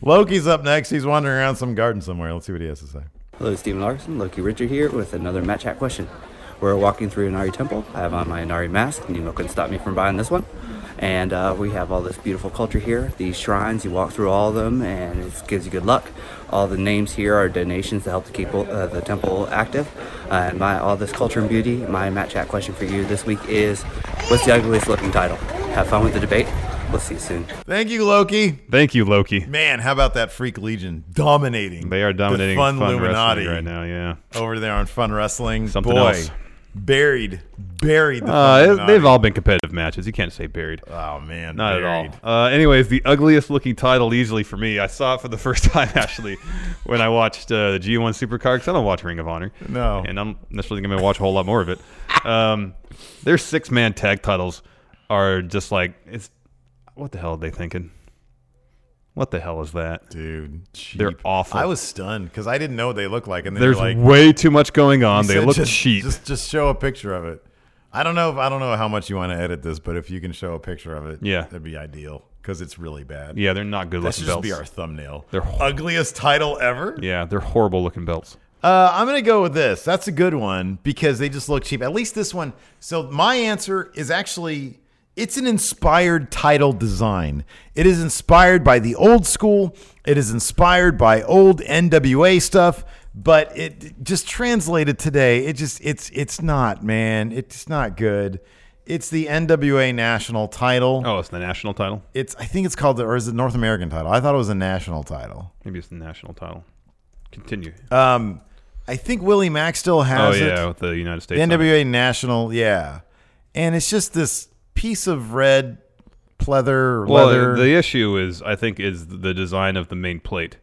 Speaker 1: Loki's up next. He's wandering around some garden somewhere. Let's see what he has to say.
Speaker 3: Hello, Stephen Larson. Loki Richard here with another Matt Chat question. We're walking through Inari Temple. I have on my Inari mask. Nemo couldn't stop me from buying this one. And uh, we have all this beautiful culture here. These shrines, you walk through all of them, and it gives you good luck. All the names here are donations to help to keep uh, the temple active. Uh, and my all this culture and beauty. My Matt Chat question for you this week is, what's the ugliest looking title? Have fun with the debate. We'll see you soon.
Speaker 1: Thank you, Loki.
Speaker 2: Thank you, Loki.
Speaker 1: Man, how about that Freak Legion dominating?
Speaker 2: They are dominating
Speaker 1: the Fun,
Speaker 2: fun wrestling
Speaker 1: Illuminati
Speaker 2: right now, yeah.
Speaker 1: Over there on Fun Wrestling.
Speaker 2: Something
Speaker 1: Boy,
Speaker 2: else.
Speaker 1: buried, buried
Speaker 2: Uh,
Speaker 1: the Fun
Speaker 2: it-
Speaker 1: Illuminati.
Speaker 2: they've all been competitive matches. You can't say buried.
Speaker 1: Oh man,
Speaker 2: not
Speaker 1: buried.
Speaker 2: at all. Uh, anyways, the ugliest looking title easily for me. I saw it for the first time actually when I watched uh, the G1 Supercard because I don't watch Ring of Honor.
Speaker 1: No.
Speaker 2: and I'm necessarily going to watch a whole lot more of it. Um, their six man tag titles are just like it's. What the hell are they thinking? What the hell is that,
Speaker 1: dude?
Speaker 2: They're
Speaker 1: Cheap.
Speaker 2: awful.
Speaker 1: I was stunned because I didn't know what they looked like. And they
Speaker 2: There's
Speaker 1: were like,
Speaker 2: way too much going on.
Speaker 1: You
Speaker 2: They
Speaker 1: said
Speaker 2: look
Speaker 1: just,
Speaker 2: cheap.
Speaker 1: Just just show a picture of it. I don't know if I don't know how much you want to edit this, but if you can show a picture of it,
Speaker 2: Yeah.
Speaker 1: that'd be ideal because it's really bad.
Speaker 2: Yeah, they're not good
Speaker 1: That
Speaker 2: looking
Speaker 1: should just be
Speaker 2: belts.
Speaker 1: our thumbnail.
Speaker 2: They're hor-
Speaker 1: ugliest title ever.
Speaker 2: yeah, they're horrible looking belts.
Speaker 1: Uh, I'm gonna go with this. That's a good one because they just look cheap. At least this one. So my answer is actually it's an inspired title design. It is inspired by the old school. It is inspired by old NWA stuff, but it just translated today. It just it's it's not man. It's not good. It's the NWA national title.
Speaker 2: Oh, it's the national title.
Speaker 1: It's I think it's called the or is it North American title? I thought it was a national title.
Speaker 2: Maybe it's the national title. Continue.
Speaker 1: Um, I think Willie Mack still has
Speaker 2: Oh, yeah,
Speaker 1: it.
Speaker 2: with the United States
Speaker 1: The
Speaker 2: on it.
Speaker 1: NWA National, yeah. And it's just this piece of red pleather,
Speaker 2: Well,
Speaker 1: leather.
Speaker 2: the issue is, I think, is the design of the main plate,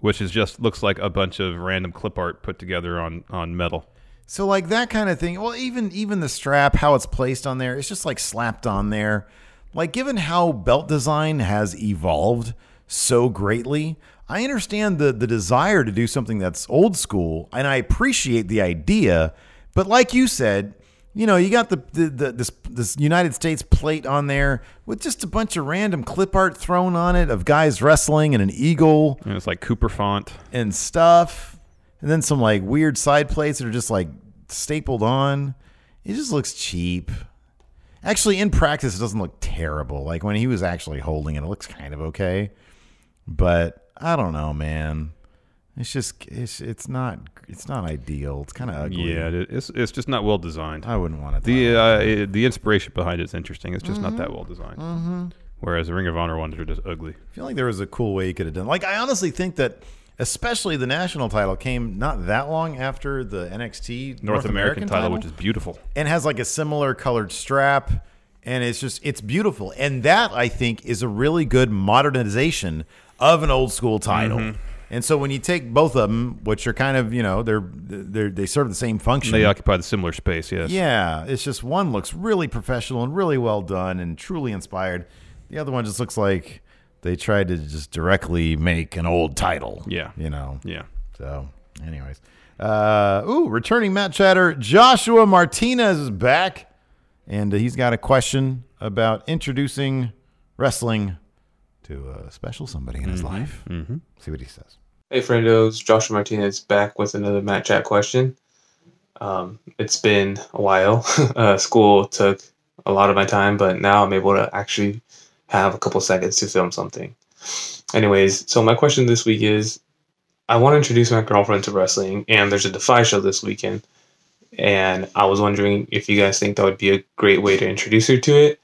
Speaker 2: which is just looks like a bunch of random clip art put together on on metal.
Speaker 1: so like that kind of thing. Well, even even the strap, how it's placed on there, it's just like slapped on there. Like given how belt design has evolved so greatly, I understand the the desire to do something that's old school, and I appreciate the idea. But like you said, you know, you got the, the, the this this United States plate on there with just a bunch of random clip art thrown on it of guys wrestling and an eagle.
Speaker 2: And it's like Cooper font
Speaker 1: and stuff, and then some like weird side plates that are just like stapled on. It just looks cheap. Actually, in practice, it doesn't look terrible. Like when he was actually holding it, it looks kind of okay. But I don't know, man. It's just it's it's not it's not ideal. It's kind of ugly.
Speaker 2: Yeah, it- it's it's just not well designed.
Speaker 1: I wouldn't want it. Mm-hmm.
Speaker 2: The uh, it- the inspiration behind it's interesting. It's just not that well designed.
Speaker 1: Mhm.
Speaker 2: Whereas the Ring of Honor ones are just ugly.
Speaker 1: I feel like there was a cool way you could have done. Like I honestly think that, especially the national title came not that long after the NXT
Speaker 2: North, American, title, which is beautiful.
Speaker 1: and has like a similar colored strap, and it's just it's beautiful. And that I think is a really good modernization of an old school title.
Speaker 2: Mhm.
Speaker 1: And so when you take both of them, which are kind of you know they're they are they serve the same function.
Speaker 2: They occupy the similar space. Yes.
Speaker 1: Yeah, it's just one looks really professional and really well done and truly inspired. The other one just looks like they tried to just directly make an old title.
Speaker 2: Yeah.
Speaker 1: You know.
Speaker 2: Yeah.
Speaker 1: So, anyways. Uh, ooh, returning Matt Chatter, Joshua Martinez is back, and he's got a question about introducing wrestling to a special somebody in his life. Mm-hmm. See what he says.
Speaker 8: Hey, friendos. Joshua Martinez back with another Matt Chat question. Um, it's been a while. uh, school took a lot of my time, but now I'm able to actually have a couple seconds to film something. Anyways, so my question this week is I want to introduce my girlfriend to wrestling, and there's a Defy show this weekend. And I was wondering if you guys think that would be a great way to introduce her to it.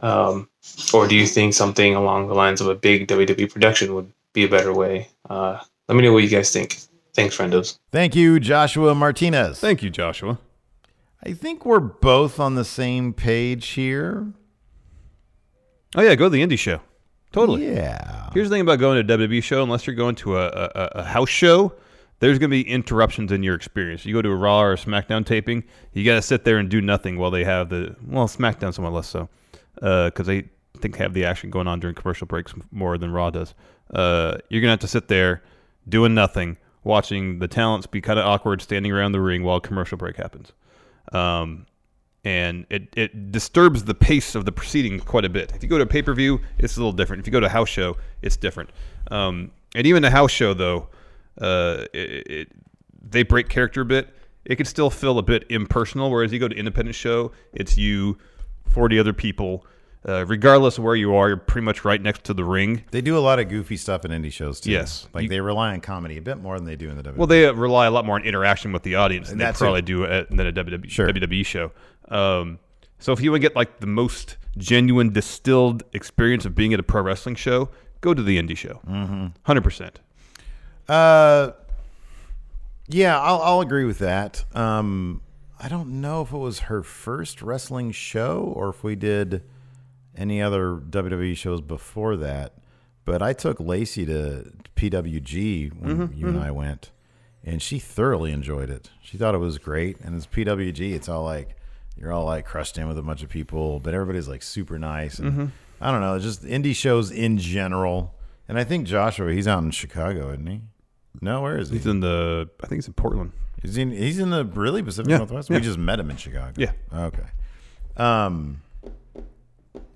Speaker 8: Um, or do you think something along the lines of a big WWE production would be a better way? Uh, let me know what you guys think. Thanks, friendos.
Speaker 1: Thank you, Joshua Martinez.
Speaker 2: Thank you, Joshua.
Speaker 1: I think we're both on the same page here.
Speaker 2: Oh yeah, go to the indie show. Totally.
Speaker 1: Yeah.
Speaker 2: Here's the thing about going to a WWE show. Unless you're going to a, a, a- a house show, there's going to be interruptions in your experience. You go to a Raw or a SmackDown taping, you got to sit there and do nothing while they have the well SmackDown somewhat less so because they think have the action going on during commercial breaks more than Raw does. Uh, you're gonna have to sit there doing nothing, watching the talents be kind of awkward, standing around the ring while a commercial break happens. Um, and it, it disturbs the pace of the proceeding quite a bit. If you go to a pay per view, it's a little different. If you go to a house show, it's different. Um, and even a house show, though, uh, it, it, they break character a bit. It could still feel a bit impersonal. Whereas you go to independent show, it's you, forty other people. Uh, regardless of where you are, you're pretty much right next to the ring.
Speaker 1: They do a lot of goofy stuff in indie shows too.
Speaker 2: Yes,
Speaker 1: like they rely on comedy a bit more than they do in the E. WWE.
Speaker 2: Well, they uh, rely a lot more on interaction with the audience than they
Speaker 1: That's
Speaker 2: probably
Speaker 1: it.
Speaker 2: do at, than a E WWE, WWE show. Um, so if you want to get like the most genuine distilled experience of being at a pro wrestling show, go to the indie show.
Speaker 1: Mhm.
Speaker 2: 100%.
Speaker 1: Uh, yeah, I'll, I'll agree with that. Um, I don't know if it was her first wrestling show or if we did any other WWE shows before that, but I took Lacey to PWG when
Speaker 2: Mhm,
Speaker 1: you and I went, and she thoroughly enjoyed it. She thought it was great. And it's PWG, it's all like, you're all like crushed in with a bunch of people, but everybody's like super nice. And
Speaker 2: Mhm.
Speaker 1: I don't know, just indie shows in general. And I think Joshua, he's out in Chicago, isn't he? No, where is he?
Speaker 2: He's in the, I think it's in Portland.
Speaker 1: He's in he's in the really Pacific
Speaker 2: Yeah,
Speaker 1: Northwest.
Speaker 2: yeah.
Speaker 1: We just met him in Chicago.
Speaker 2: Yeah.
Speaker 1: Okay. Um,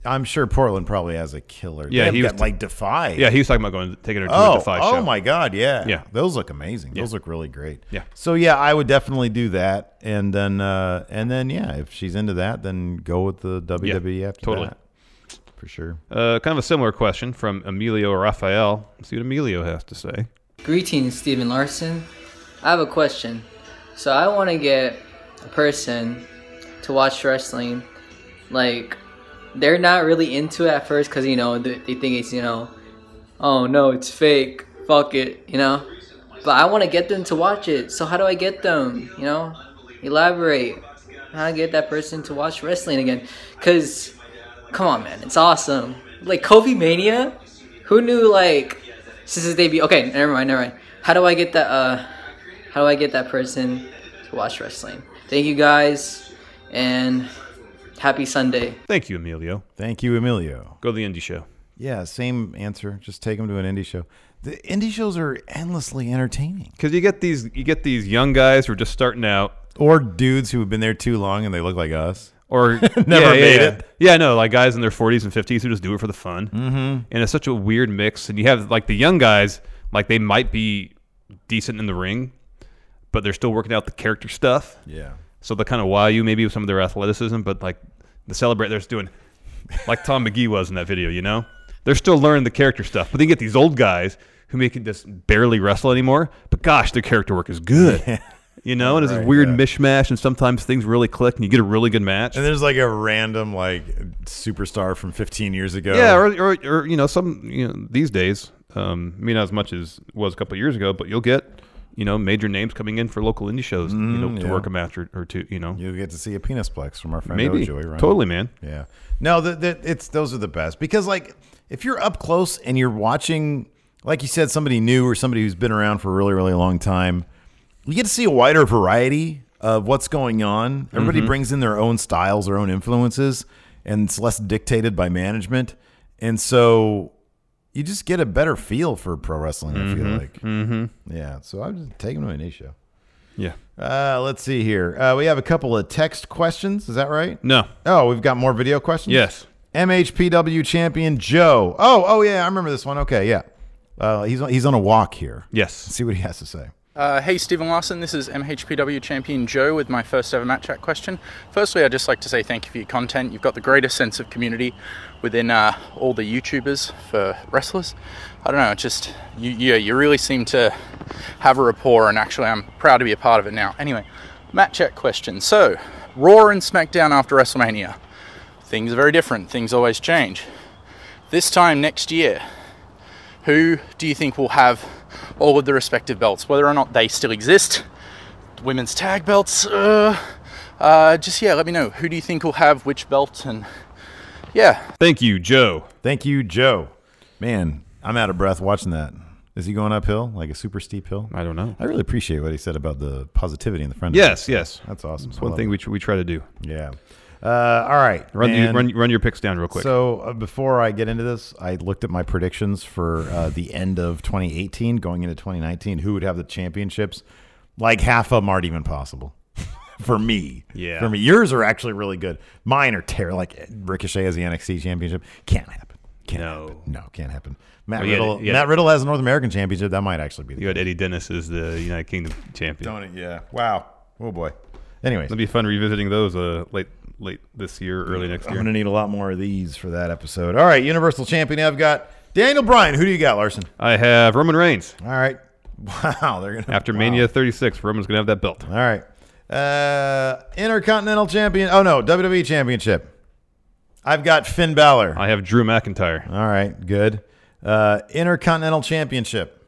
Speaker 1: I'm sure Portland probably has a killer.
Speaker 2: Yeah,
Speaker 1: They've
Speaker 2: he was
Speaker 1: got, like Defy.
Speaker 2: Yeah, he was talking about going taking her to
Speaker 1: oh,
Speaker 2: a Defy
Speaker 1: oh
Speaker 2: show.
Speaker 1: my God! Yeah,
Speaker 2: Yeah.
Speaker 1: Those look amazing.
Speaker 2: Yeah.
Speaker 1: Those look really great.
Speaker 2: Yeah.
Speaker 1: So yeah, I would definitely do that, and then uh, and then yeah, if she's into that, then go with the WWE after
Speaker 2: totally.
Speaker 1: that. For sure.
Speaker 2: Uh, kind of a similar question from Emilio Raphael. Let's see what Emilio has to say.
Speaker 9: Greetings, Stephen Larson. I have a question. So I want to get a person to watch wrestling. Like, they're not really into it at first because, you know, they they think it's, you know, oh no, it's fake. Fuck it, you know? But I want to get them to watch it. So how do I get them, you know? Elaborate. How to get that person to watch wrestling again. Because, come on, man, it's awesome. Like, Kobe Mania? Who knew, like, since his debut. Okay, never mind, never mind. How do I get that? Uh, how do I get that person to watch wrestling? Thank you guys, and happy Sunday.
Speaker 2: Thank you, Emilio.
Speaker 1: Thank you, Emilio.
Speaker 2: Go to the indie show.
Speaker 1: Yeah, same answer. Just take them to an indie show. The indie shows are endlessly entertaining.
Speaker 2: Because you get these you get these young guys who are just starting out,
Speaker 1: or dudes who have been there too long and they look like us,
Speaker 2: or
Speaker 1: never
Speaker 2: yeah,
Speaker 1: made
Speaker 2: yeah.
Speaker 1: it.
Speaker 2: Yeah, no, like guys in their 40s and 50s who just do it for the fun.
Speaker 1: Mhm.
Speaker 2: And it's such a weird mix. And you have like the young guys, like they might be decent in the ring, but they're still working out the character stuff.
Speaker 1: Yeah.
Speaker 2: So they kind of wow you maybe with some of their athleticism, but like the celebrate, they're just doing like Tom McGee was in that video, you know? They're still learning the character stuff. But then you get these old guys who may can just barely wrestle anymore, but gosh, their character work is good. You know, and it's
Speaker 1: Right,
Speaker 2: this weird mishmash, and sometimes things really click, and you get a really good match.
Speaker 1: And there's like a random like superstar from 15 years ago.
Speaker 2: Yeah, or, or, or you know, some you know these days, um, I mean, not as much as it was a couple of years ago, but you'll get you know major names coming in for local indie shows, you know,
Speaker 1: Mm,
Speaker 2: to
Speaker 1: yeah.
Speaker 2: work a match or, or two. You know,
Speaker 1: you get to see a penisplex from our friend
Speaker 2: Maybe
Speaker 1: Ojoy, right?
Speaker 2: totally, man.
Speaker 1: Yeah. No, that that it's those are the best because like if you're up close and you're watching, like you said, somebody new or somebody who's been around for a really really long time, you get to see a wider variety of what's going on. Everybody
Speaker 2: Mhm.
Speaker 1: brings in their own styles, their own influences, and it's less dictated by management, and so you just get a better feel for pro wrestling. I feel
Speaker 2: Mhm.
Speaker 1: like, mm-hmm. yeah. So I'm just taking them to an indie show.
Speaker 2: Yeah.
Speaker 1: Uh, let's see here. Uh, we have a couple of text questions. Is that right?
Speaker 2: No.
Speaker 1: Oh, we've got more video questions.
Speaker 2: Yes.
Speaker 1: MHPW champion Joe. Oh, oh yeah, I remember this one. Okay, yeah. Uh, he's on, he's on a walk here.
Speaker 2: Yes.
Speaker 1: Let's see what he has to say.
Speaker 4: Uh, hey, Stephen Larson, this is MHPW champion Joe with my first ever match chat question. Firstly, I'd just like to say thank you for your content. You've got the greatest sense of community within uh, all the YouTubers for wrestlers. I don't know, it's just, you, you, you really seem to have a rapport, and actually, I'm proud to be a part of it now. Anyway, match chat question. So, Raw and SmackDown after WrestleMania. Things are very different, things always change. This time next year, who do you think will have all of the respective belts, whether or not they still exist? Women's tag belts. Uh, uh, just yeah, let me know. Who do you think will have which belt? And yeah,
Speaker 2: Thank you, Joe.
Speaker 1: Thank you, Joe. Man, I'm out of breath watching that. Is he going uphill like a super steep hill?
Speaker 2: I don't know.
Speaker 1: I really appreciate what he said about the positivity in the friend.
Speaker 2: Yes, yes,
Speaker 1: that's awesome.
Speaker 2: It's
Speaker 1: I
Speaker 2: one
Speaker 1: love
Speaker 2: thing
Speaker 1: it.
Speaker 2: we, tr- we try to do.
Speaker 1: Yeah. Uh, all right,
Speaker 2: Run the,
Speaker 1: and-
Speaker 2: run run your picks down real quick.
Speaker 1: So uh, before I get into this, I looked at my predictions for uh, the end of 2018, going into 2019. Who would have the championships? Like half of them aren't even possible for me.
Speaker 2: Yeah.
Speaker 1: for me, yours are actually really good. Mine are terrible. Like Ricochet has the NXT championship. Can't happen. Can't no. happen. No, can't happen. Matt
Speaker 2: Oh, yeah,
Speaker 1: Riddle.
Speaker 2: yeah.
Speaker 1: Matt Riddle has the North American championship. That might actually be. The
Speaker 2: you had Eddie Dennis as the United Kingdom champion.
Speaker 1: Don't it? Yeah. Wow. Oh boy. Anyways,
Speaker 2: it'll be fun revisiting those uh, late late this year, early next
Speaker 1: I'm
Speaker 2: year.
Speaker 1: gonna need a lot more of these for that episode. All right, Universal Champion. I've got Daniel Bryan. Who do you got, Larson?
Speaker 2: I have Roman Reigns.
Speaker 1: All right. Wow, they're gonna
Speaker 2: After
Speaker 1: wow.
Speaker 2: Mania 36, Roman's gonna have that belt.
Speaker 1: All right. Uh, Intercontinental Champion. Oh no, WWE Championship. I've got Finn Balor.
Speaker 2: I have Drew McIntyre.
Speaker 1: All right, good. Uh, Intercontinental Championship.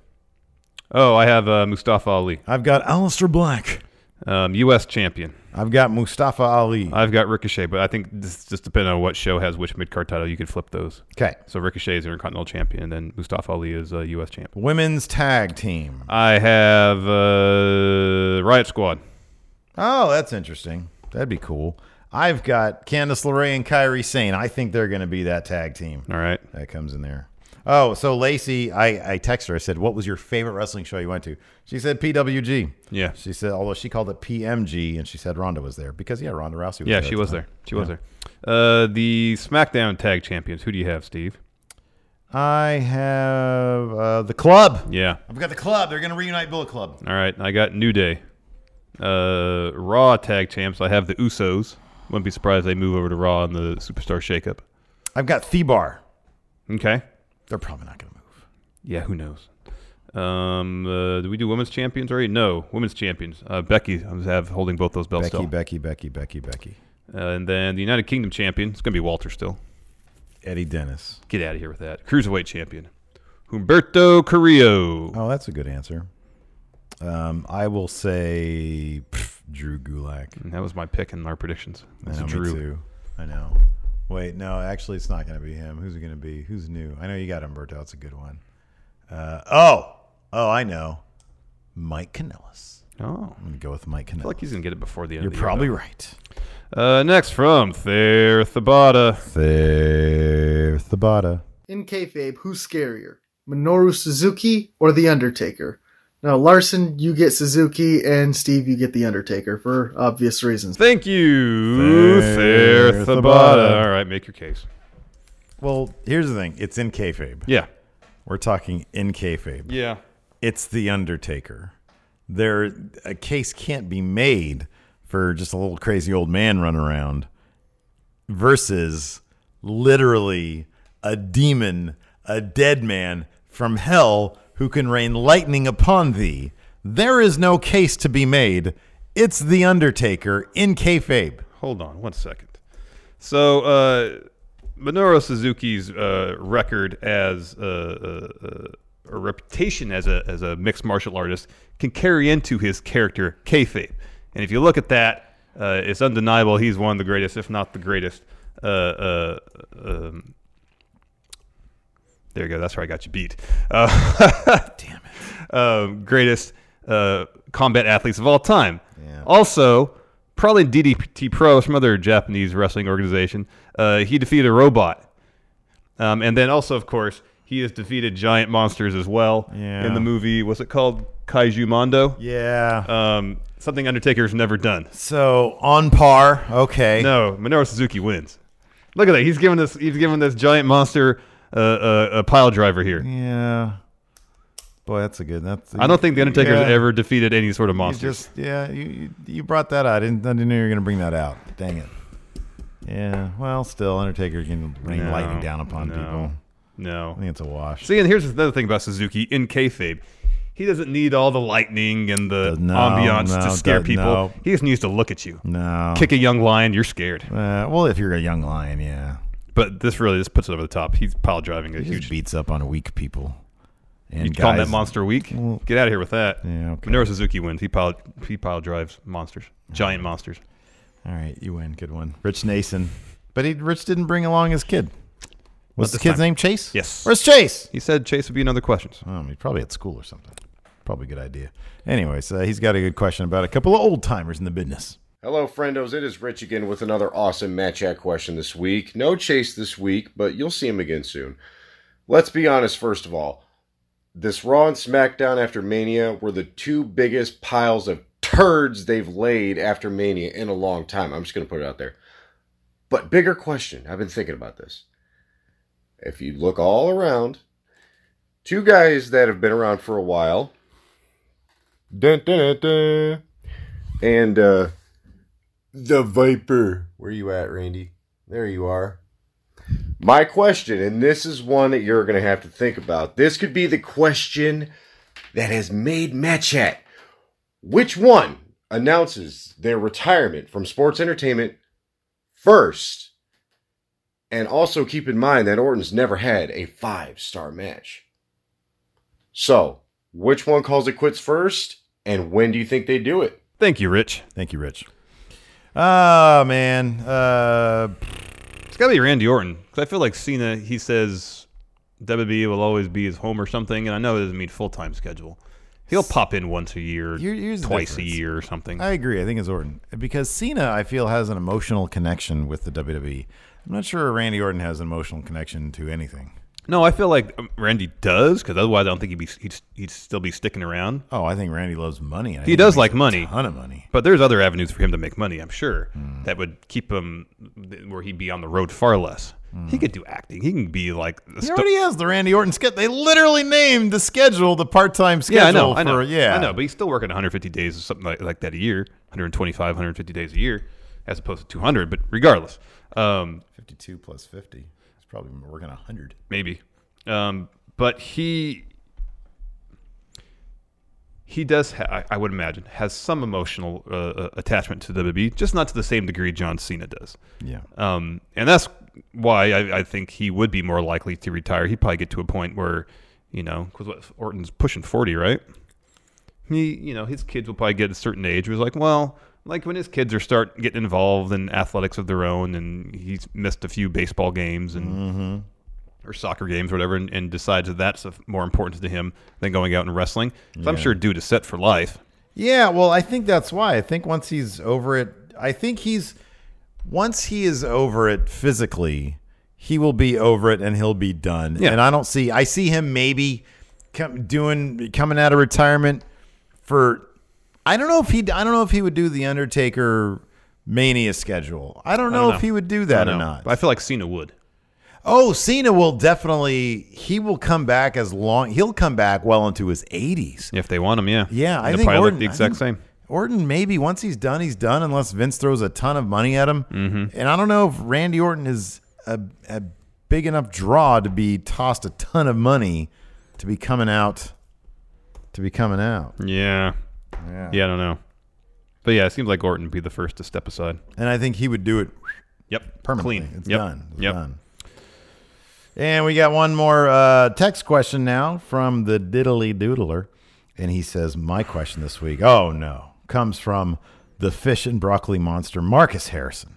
Speaker 2: Oh, I have uh, Mustafa Ali.
Speaker 1: I've got Aleister Black.
Speaker 2: Um, U.S. champion.
Speaker 1: I've got Mustafa Ali.
Speaker 2: I've got Ricochet, but I think this just depending on what show has which mid card title, you could flip those.
Speaker 1: 'Kay.
Speaker 2: So Ricochet is Intercontinental champion, and then Mustafa Ali is uh, U.S. champ.
Speaker 1: Women's Tag Team.
Speaker 2: I have uh, Riot Squad.
Speaker 1: Oh, that's interesting. That'd be cool. I've got Candice LeRae and Kyrie Sane. I think they're going to be that tag team.
Speaker 2: All right.
Speaker 1: That comes in there. Oh, so Lacey, I, I texted her. I said, What was your favorite wrestling show you went to? She said PWG.
Speaker 2: Yeah.
Speaker 1: She said, although she called it PMG and she said Ronda was there because, yeah, Ronda Rousey was
Speaker 2: yeah,
Speaker 1: there. at
Speaker 2: she
Speaker 1: the
Speaker 2: was
Speaker 1: time.
Speaker 2: there. She was
Speaker 1: Yeah.
Speaker 2: there. Uh, the SmackDown Tag Champions. Who do you have, Steve?
Speaker 1: I have uh, the club.
Speaker 2: Yeah.
Speaker 1: I've got the club. They're going to reunite Bullet Club.
Speaker 2: All right. I got New Day. Uh, Raw Tag Champs. I have the Usos. Wouldn't be surprised if they move over to Raw in the Superstar Shakeup.
Speaker 1: I've got Thebar.
Speaker 2: Okay.
Speaker 1: They're probably not going to move.
Speaker 2: Yeah, who knows? Um, uh, do we do women's champions already? No, women's champions. Uh, Becky, I have holding both those belts
Speaker 1: Becky,
Speaker 2: still.
Speaker 1: Becky, Becky, Becky, Becky.
Speaker 2: Uh, and then the United Kingdom champion. It's gonna be Walter still.
Speaker 1: Eddie Dennis.
Speaker 2: Get out of here with that. Cruiserweight champion. Humberto Carrillo.
Speaker 1: Oh, that's a good answer. Um, I will say pff, Drew Gulak.
Speaker 2: And Mm, that was my pick in our predictions.
Speaker 1: I
Speaker 2: It's
Speaker 1: know, me
Speaker 2: Drew.
Speaker 1: too. I know. Wait, no, actually, it's not going to be him. Who's it going to be? Who's new? I know you got Umberto. That's a good one. Uh, oh, oh, I know. Mike Kanellis.
Speaker 2: Oh,
Speaker 1: I'm going to go with Mike Kanellis.
Speaker 2: I feel like he's gonna get it before the end.
Speaker 1: You're
Speaker 2: of the year,
Speaker 1: probably
Speaker 2: though.
Speaker 1: right.
Speaker 2: Uh, next from Thayer Thabata.
Speaker 1: Thayer Thabata.
Speaker 5: In kayfabe, who's scarier, Minoru Suzuki or The Undertaker? Now, Larson, you get Suzuki, and Steve, you get The Undertaker for obvious reasons.
Speaker 2: Thank you, Thayer
Speaker 1: Thayer Thabata.
Speaker 2: Thabata. All right, make your case.
Speaker 1: Well, here's the thing. It's in kayfabe.
Speaker 2: Yeah.
Speaker 1: We're talking in kayfabe.
Speaker 2: Yeah.
Speaker 1: It's the Undertaker. There, a case can't be made for just a little crazy old man run around versus literally a demon, a dead man from hell who can rain lightning upon thee. There is no case to be made. It's the Undertaker in kayfabe.
Speaker 2: Hold on one second. So, uh, Minoru Suzuki's uh, record as uh, uh, uh, or reputation as a as a mixed martial artist can carry into his character kayfabe, and if you look at that, uh, it's undeniable he's one of the greatest, if not the greatest. Uh, uh, um, there you go. That's where I got you beat. Uh, Damn it. Um, greatest uh, combat athletes of all time. Also, probably DDT Pro, some other Japanese wrestling organization. Uh, he defeated a robot. Um, and then also, of course, he has defeated giant monsters as well
Speaker 1: Yeah.
Speaker 2: in the movie. What's it called? Kaiju Mondo?
Speaker 1: Yeah.
Speaker 2: Um, something Undertaker's never done.
Speaker 1: So on par, okay.
Speaker 2: No, Minoru Suzuki wins. Look at that. He's giving this. He's giving this giant monster uh, uh, a pile driver here.
Speaker 1: Yeah. Boy, that's a good. That's.
Speaker 2: I don't think the Undertaker's
Speaker 1: Yeah.
Speaker 2: ever defeated any sort of
Speaker 1: You
Speaker 2: monster.
Speaker 1: just yeah, you you- you brought that out. I didn't, I didn't know you were going to bring that out. Dang it. Yeah. Well, still, Undertaker can rain
Speaker 2: No,
Speaker 1: lightning down upon
Speaker 2: no,
Speaker 1: people.
Speaker 2: No,
Speaker 1: I think it's a wash.
Speaker 2: See, and here's another thing about Suzuki in kayfabe. He doesn't need all the lightning and the
Speaker 1: No,
Speaker 2: ambiance
Speaker 1: no,
Speaker 2: to scare
Speaker 1: no.
Speaker 2: people. He just needs to look at you.
Speaker 1: No.
Speaker 2: Kick a young lion, you're scared.
Speaker 1: Uh, well, if you're a young lion, yeah.
Speaker 2: But this really just puts it over the top. He's pile driving a huge
Speaker 1: beats up on weak people.
Speaker 2: you
Speaker 1: And
Speaker 2: call that
Speaker 1: guys-
Speaker 2: monster weak? Get out of here with that.
Speaker 1: Yeah, okay.
Speaker 2: Minoru Suzuki wins. He pile he pile drives monsters, giant monsters.
Speaker 1: All right, you win. Good one, Rich Nason. But he, Rich didn't bring along his kid. Was the
Speaker 2: this
Speaker 1: kid's
Speaker 2: time.
Speaker 1: name Chase?
Speaker 2: Yes.
Speaker 1: Where's Chase?
Speaker 2: He said Chase would be another question.
Speaker 1: Um, he's probably at school or something. Probably a good idea. Anyways, uh, he's got a good question about a couple of old timers in the business.
Speaker 18: Hello, friendos. It is Rich again with another awesome match chat question this week. No chase this week, but you'll see him again soon. Let's be honest, first of all. This Raw and SmackDown after Mania were the two biggest piles of turds they've laid after Mania in a long time. I'm just going to put it out there. But bigger question I've been thinking about this. If you look all around, two guys that have been around for a while. Dun, dun, dun, dun. And uh, the Viper. Where you at, Randy? There you are. My question, and this is one that you're going to have to think about. This could be the question that has made Matchat. Which one announces their retirement from sports entertainment first? And also keep in mind that Orton's never had a five star match. So, which one calls it quits first, and when do you think they do it?
Speaker 2: Thank you, Rich.
Speaker 1: Thank you, Rich. Oh man, uh,
Speaker 2: it's got to be Randy Orton 'cause I feel like Cena. He says WWE will always be his home or something, and I know it doesn't mean full time schedule. He'll pop in once a year,
Speaker 1: Here- here's the
Speaker 2: twice a
Speaker 1: difference.
Speaker 2: year or something.
Speaker 1: I agree. I think it's Orton because Cena, I feel, has an emotional connection with the WWE. I'm not sure Randy Orton has an emotional connection to anything.
Speaker 2: No, I feel like um, Randy does because otherwise I don't think he'd be he'd, he'd still be sticking around.
Speaker 1: Oh, I think Randy loves money. and I
Speaker 2: he
Speaker 1: think
Speaker 2: does
Speaker 1: makes
Speaker 2: like
Speaker 1: a
Speaker 2: money,
Speaker 1: ton of money. Hmm.
Speaker 2: But there's other avenues for him to make money, I'm sure, that would keep him th- where he'd be on the road far less. He could do acting. He can be like a
Speaker 1: Hmm. He
Speaker 2: sto-
Speaker 1: already has the Randy Orton schedule. They literally named the schedule the part-time schedule.
Speaker 2: yeah, I know, I know,
Speaker 1: for- yeah,
Speaker 2: I know. But he's still working 150 days or something like, like that a year, 125, 150 days a year, as opposed to 200. But regardless, um,
Speaker 1: 52 plus 50. He's probably been working 100.
Speaker 2: maybe. Um, but he he does. Ha- I, I would imagine has some emotional uh, uh, attachment to WWE, just not to the same degree John Cena does.
Speaker 1: Yeah.
Speaker 2: Um, and that's why I, I think he would be more likely to retire. He'd probably get to a point where, you know, because Orton's pushing forty, right? He, you know, his kids will probably get a certain age. Where he's like, well, like when his kids are start getting involved in athletics of their own, and he's missed a few baseball games and or soccer games, or whatever, and, and decides that that's of more importance to him than going out and wrestling. So I'm
Speaker 1: Yeah.
Speaker 2: sure dude is set for life.
Speaker 1: Yeah, well, I think that's why. I think once he's over it, I think he's once he is over it physically, he will be over it and he'll be done.
Speaker 2: Yeah.
Speaker 1: And I don't see I see him maybe com- doing coming out of retirement for I don't know if he I don't know if he would do the Undertaker Mania schedule. I don't know, if he would do
Speaker 2: I
Speaker 1: that
Speaker 2: don't
Speaker 1: or
Speaker 2: know.
Speaker 1: not.
Speaker 2: But I feel like Cena would.
Speaker 1: Oh, Cena will definitely he will come back as long he'll come back well into his 80s.
Speaker 2: If they want him, yeah.
Speaker 1: Yeah,
Speaker 2: And
Speaker 1: I
Speaker 2: they'll
Speaker 1: think
Speaker 2: probably look
Speaker 1: Orton,
Speaker 2: the
Speaker 1: I
Speaker 2: exact
Speaker 1: think
Speaker 2: same.
Speaker 1: Orton maybe once he's done, he's done unless Vince throws a ton of money at him. Mm-hmm. And I don't know if Randy Orton is a, a big enough draw to be tossed a ton of money to be coming out to be coming out.
Speaker 2: Yeah.
Speaker 1: Yeah.
Speaker 2: I don't know. But yeah, it seems like Orton would be the first to step aside.
Speaker 1: And I think he would do it.
Speaker 2: Yep.
Speaker 1: Permanently.
Speaker 2: Clean.
Speaker 1: It's
Speaker 2: Yep.
Speaker 1: done. It's
Speaker 2: Yep.
Speaker 1: done. And we got one more uh, text question now from the Diddly Doodler. And he says, My question this week, oh no, comes from the fish and broccoli monster, Marcus Harrison.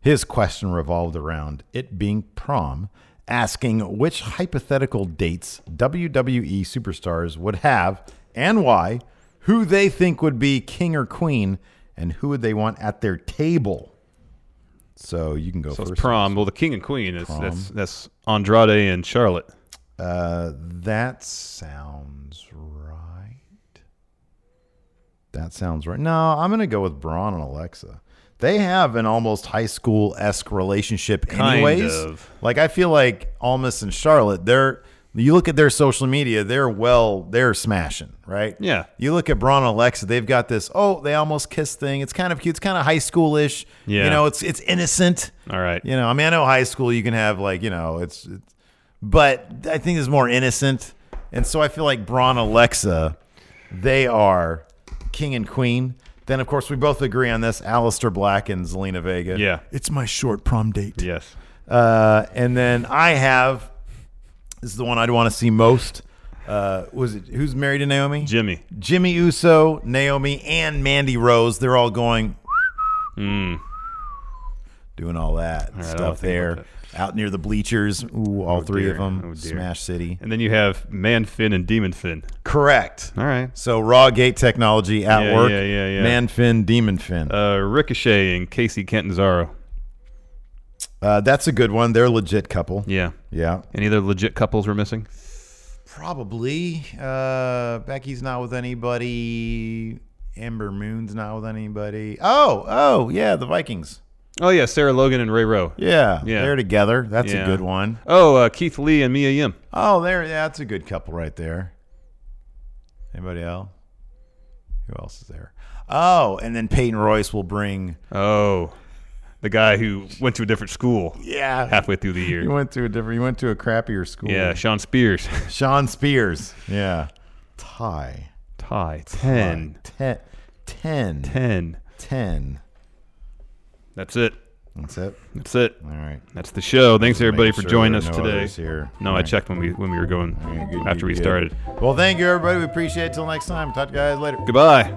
Speaker 1: His question revolved around it being prom, asking which hypothetical dates WWE superstars would have and why, who they think would be king or queen, and who would they want at their table. So you can go
Speaker 2: So
Speaker 1: first.
Speaker 2: it's prom. Well, the king and queen is that's
Speaker 1: Prom.
Speaker 2: that's Andrade and Charlotte.
Speaker 1: Uh, that sounds right. That sounds right. No, I'm going to go with Braun and Alexa. They have an almost high school esque relationship,
Speaker 2: Kind
Speaker 1: anyways.
Speaker 2: of.
Speaker 1: Like I feel like Almas and Charlotte, they're you look at their social media, they're well, they're smashing, right?
Speaker 2: Yeah.
Speaker 1: You look at Braun and Alexa, they've got this. Oh, they almost kiss thing. It's kind of cute. It's kind of high schoolish.
Speaker 2: Yeah.
Speaker 1: You know, it's it's innocent.
Speaker 2: All right.
Speaker 1: You know, I mean, I know high school you can have like you know it's, it's but I think it's more innocent, and so I feel like Braun Alexa, they are king and queen. Then of course we both agree on this: Alistair Black and Zelina Vega.
Speaker 2: Yeah.
Speaker 1: It's my short prom date.
Speaker 2: Yes.
Speaker 1: Uh, and then I have this is the one I'd want to see most. Uh, was it who's married to Naomi?
Speaker 2: Jimmy.
Speaker 1: Jimmy Uso, Naomi, and Mandy Rose. They're all going doing all that
Speaker 2: Hmm. right, I'll
Speaker 1: stuff
Speaker 2: think
Speaker 1: there. Out near the bleachers. Ooh, all three
Speaker 2: dear.
Speaker 1: of them.
Speaker 2: Oh, dear.
Speaker 1: Smash City.
Speaker 2: And then you have Man Finn and Demon Finn.
Speaker 1: Correct.
Speaker 2: All right.
Speaker 1: So raw gate technology at
Speaker 2: yeah,
Speaker 1: work.
Speaker 2: Yeah, yeah, yeah.
Speaker 1: Man Finn, Demon Finn.
Speaker 2: Uh, Ricochet and Casey Catanzaro.
Speaker 1: Uh, that's a good one. They're a legit couple.
Speaker 2: Yeah.
Speaker 1: Yeah.
Speaker 2: Any other legit couples we're missing?
Speaker 1: Probably. Uh, Becky's not with anybody. Amber Moon's not with anybody. Oh, oh, yeah, the Vikings.
Speaker 2: Oh yeah, Sarah Logan and Ray Rowe.
Speaker 1: Yeah, they're together. That's a good one.
Speaker 2: Oh, uh, Keith Lee and Mia Yim.
Speaker 1: Oh, there. Yeah, that's a good couple right there. Anybody else? Who else is there? Oh, and then Peyton Royce will bring.
Speaker 2: Oh, the guy who went to a different school.
Speaker 1: Yeah.
Speaker 2: Halfway through the
Speaker 1: He
Speaker 2: year.
Speaker 1: went to a different. He went to a crappier school.
Speaker 2: Yeah, Sean Spears.
Speaker 1: Sean Spears. Yeah. Tie.
Speaker 2: Tie.
Speaker 1: Ten.
Speaker 2: Ten.
Speaker 1: Ten. Ten.
Speaker 2: Ten.
Speaker 1: Ten.
Speaker 2: That's it.
Speaker 1: That's it.
Speaker 2: That's it.
Speaker 1: All right.
Speaker 2: That's the show. Thanks
Speaker 1: Just
Speaker 2: everybody
Speaker 1: making
Speaker 2: for
Speaker 1: sure
Speaker 2: joining
Speaker 1: there
Speaker 2: us
Speaker 1: are no
Speaker 2: today.
Speaker 1: others here.
Speaker 2: No,
Speaker 1: All
Speaker 2: I
Speaker 1: right.
Speaker 2: checked when we when we were going
Speaker 1: good,
Speaker 2: after
Speaker 1: good,
Speaker 2: we
Speaker 1: good.
Speaker 2: started.
Speaker 1: Well, thank you, everybody. We appreciate it. Till next time. Talk to you guys later.
Speaker 2: Goodbye.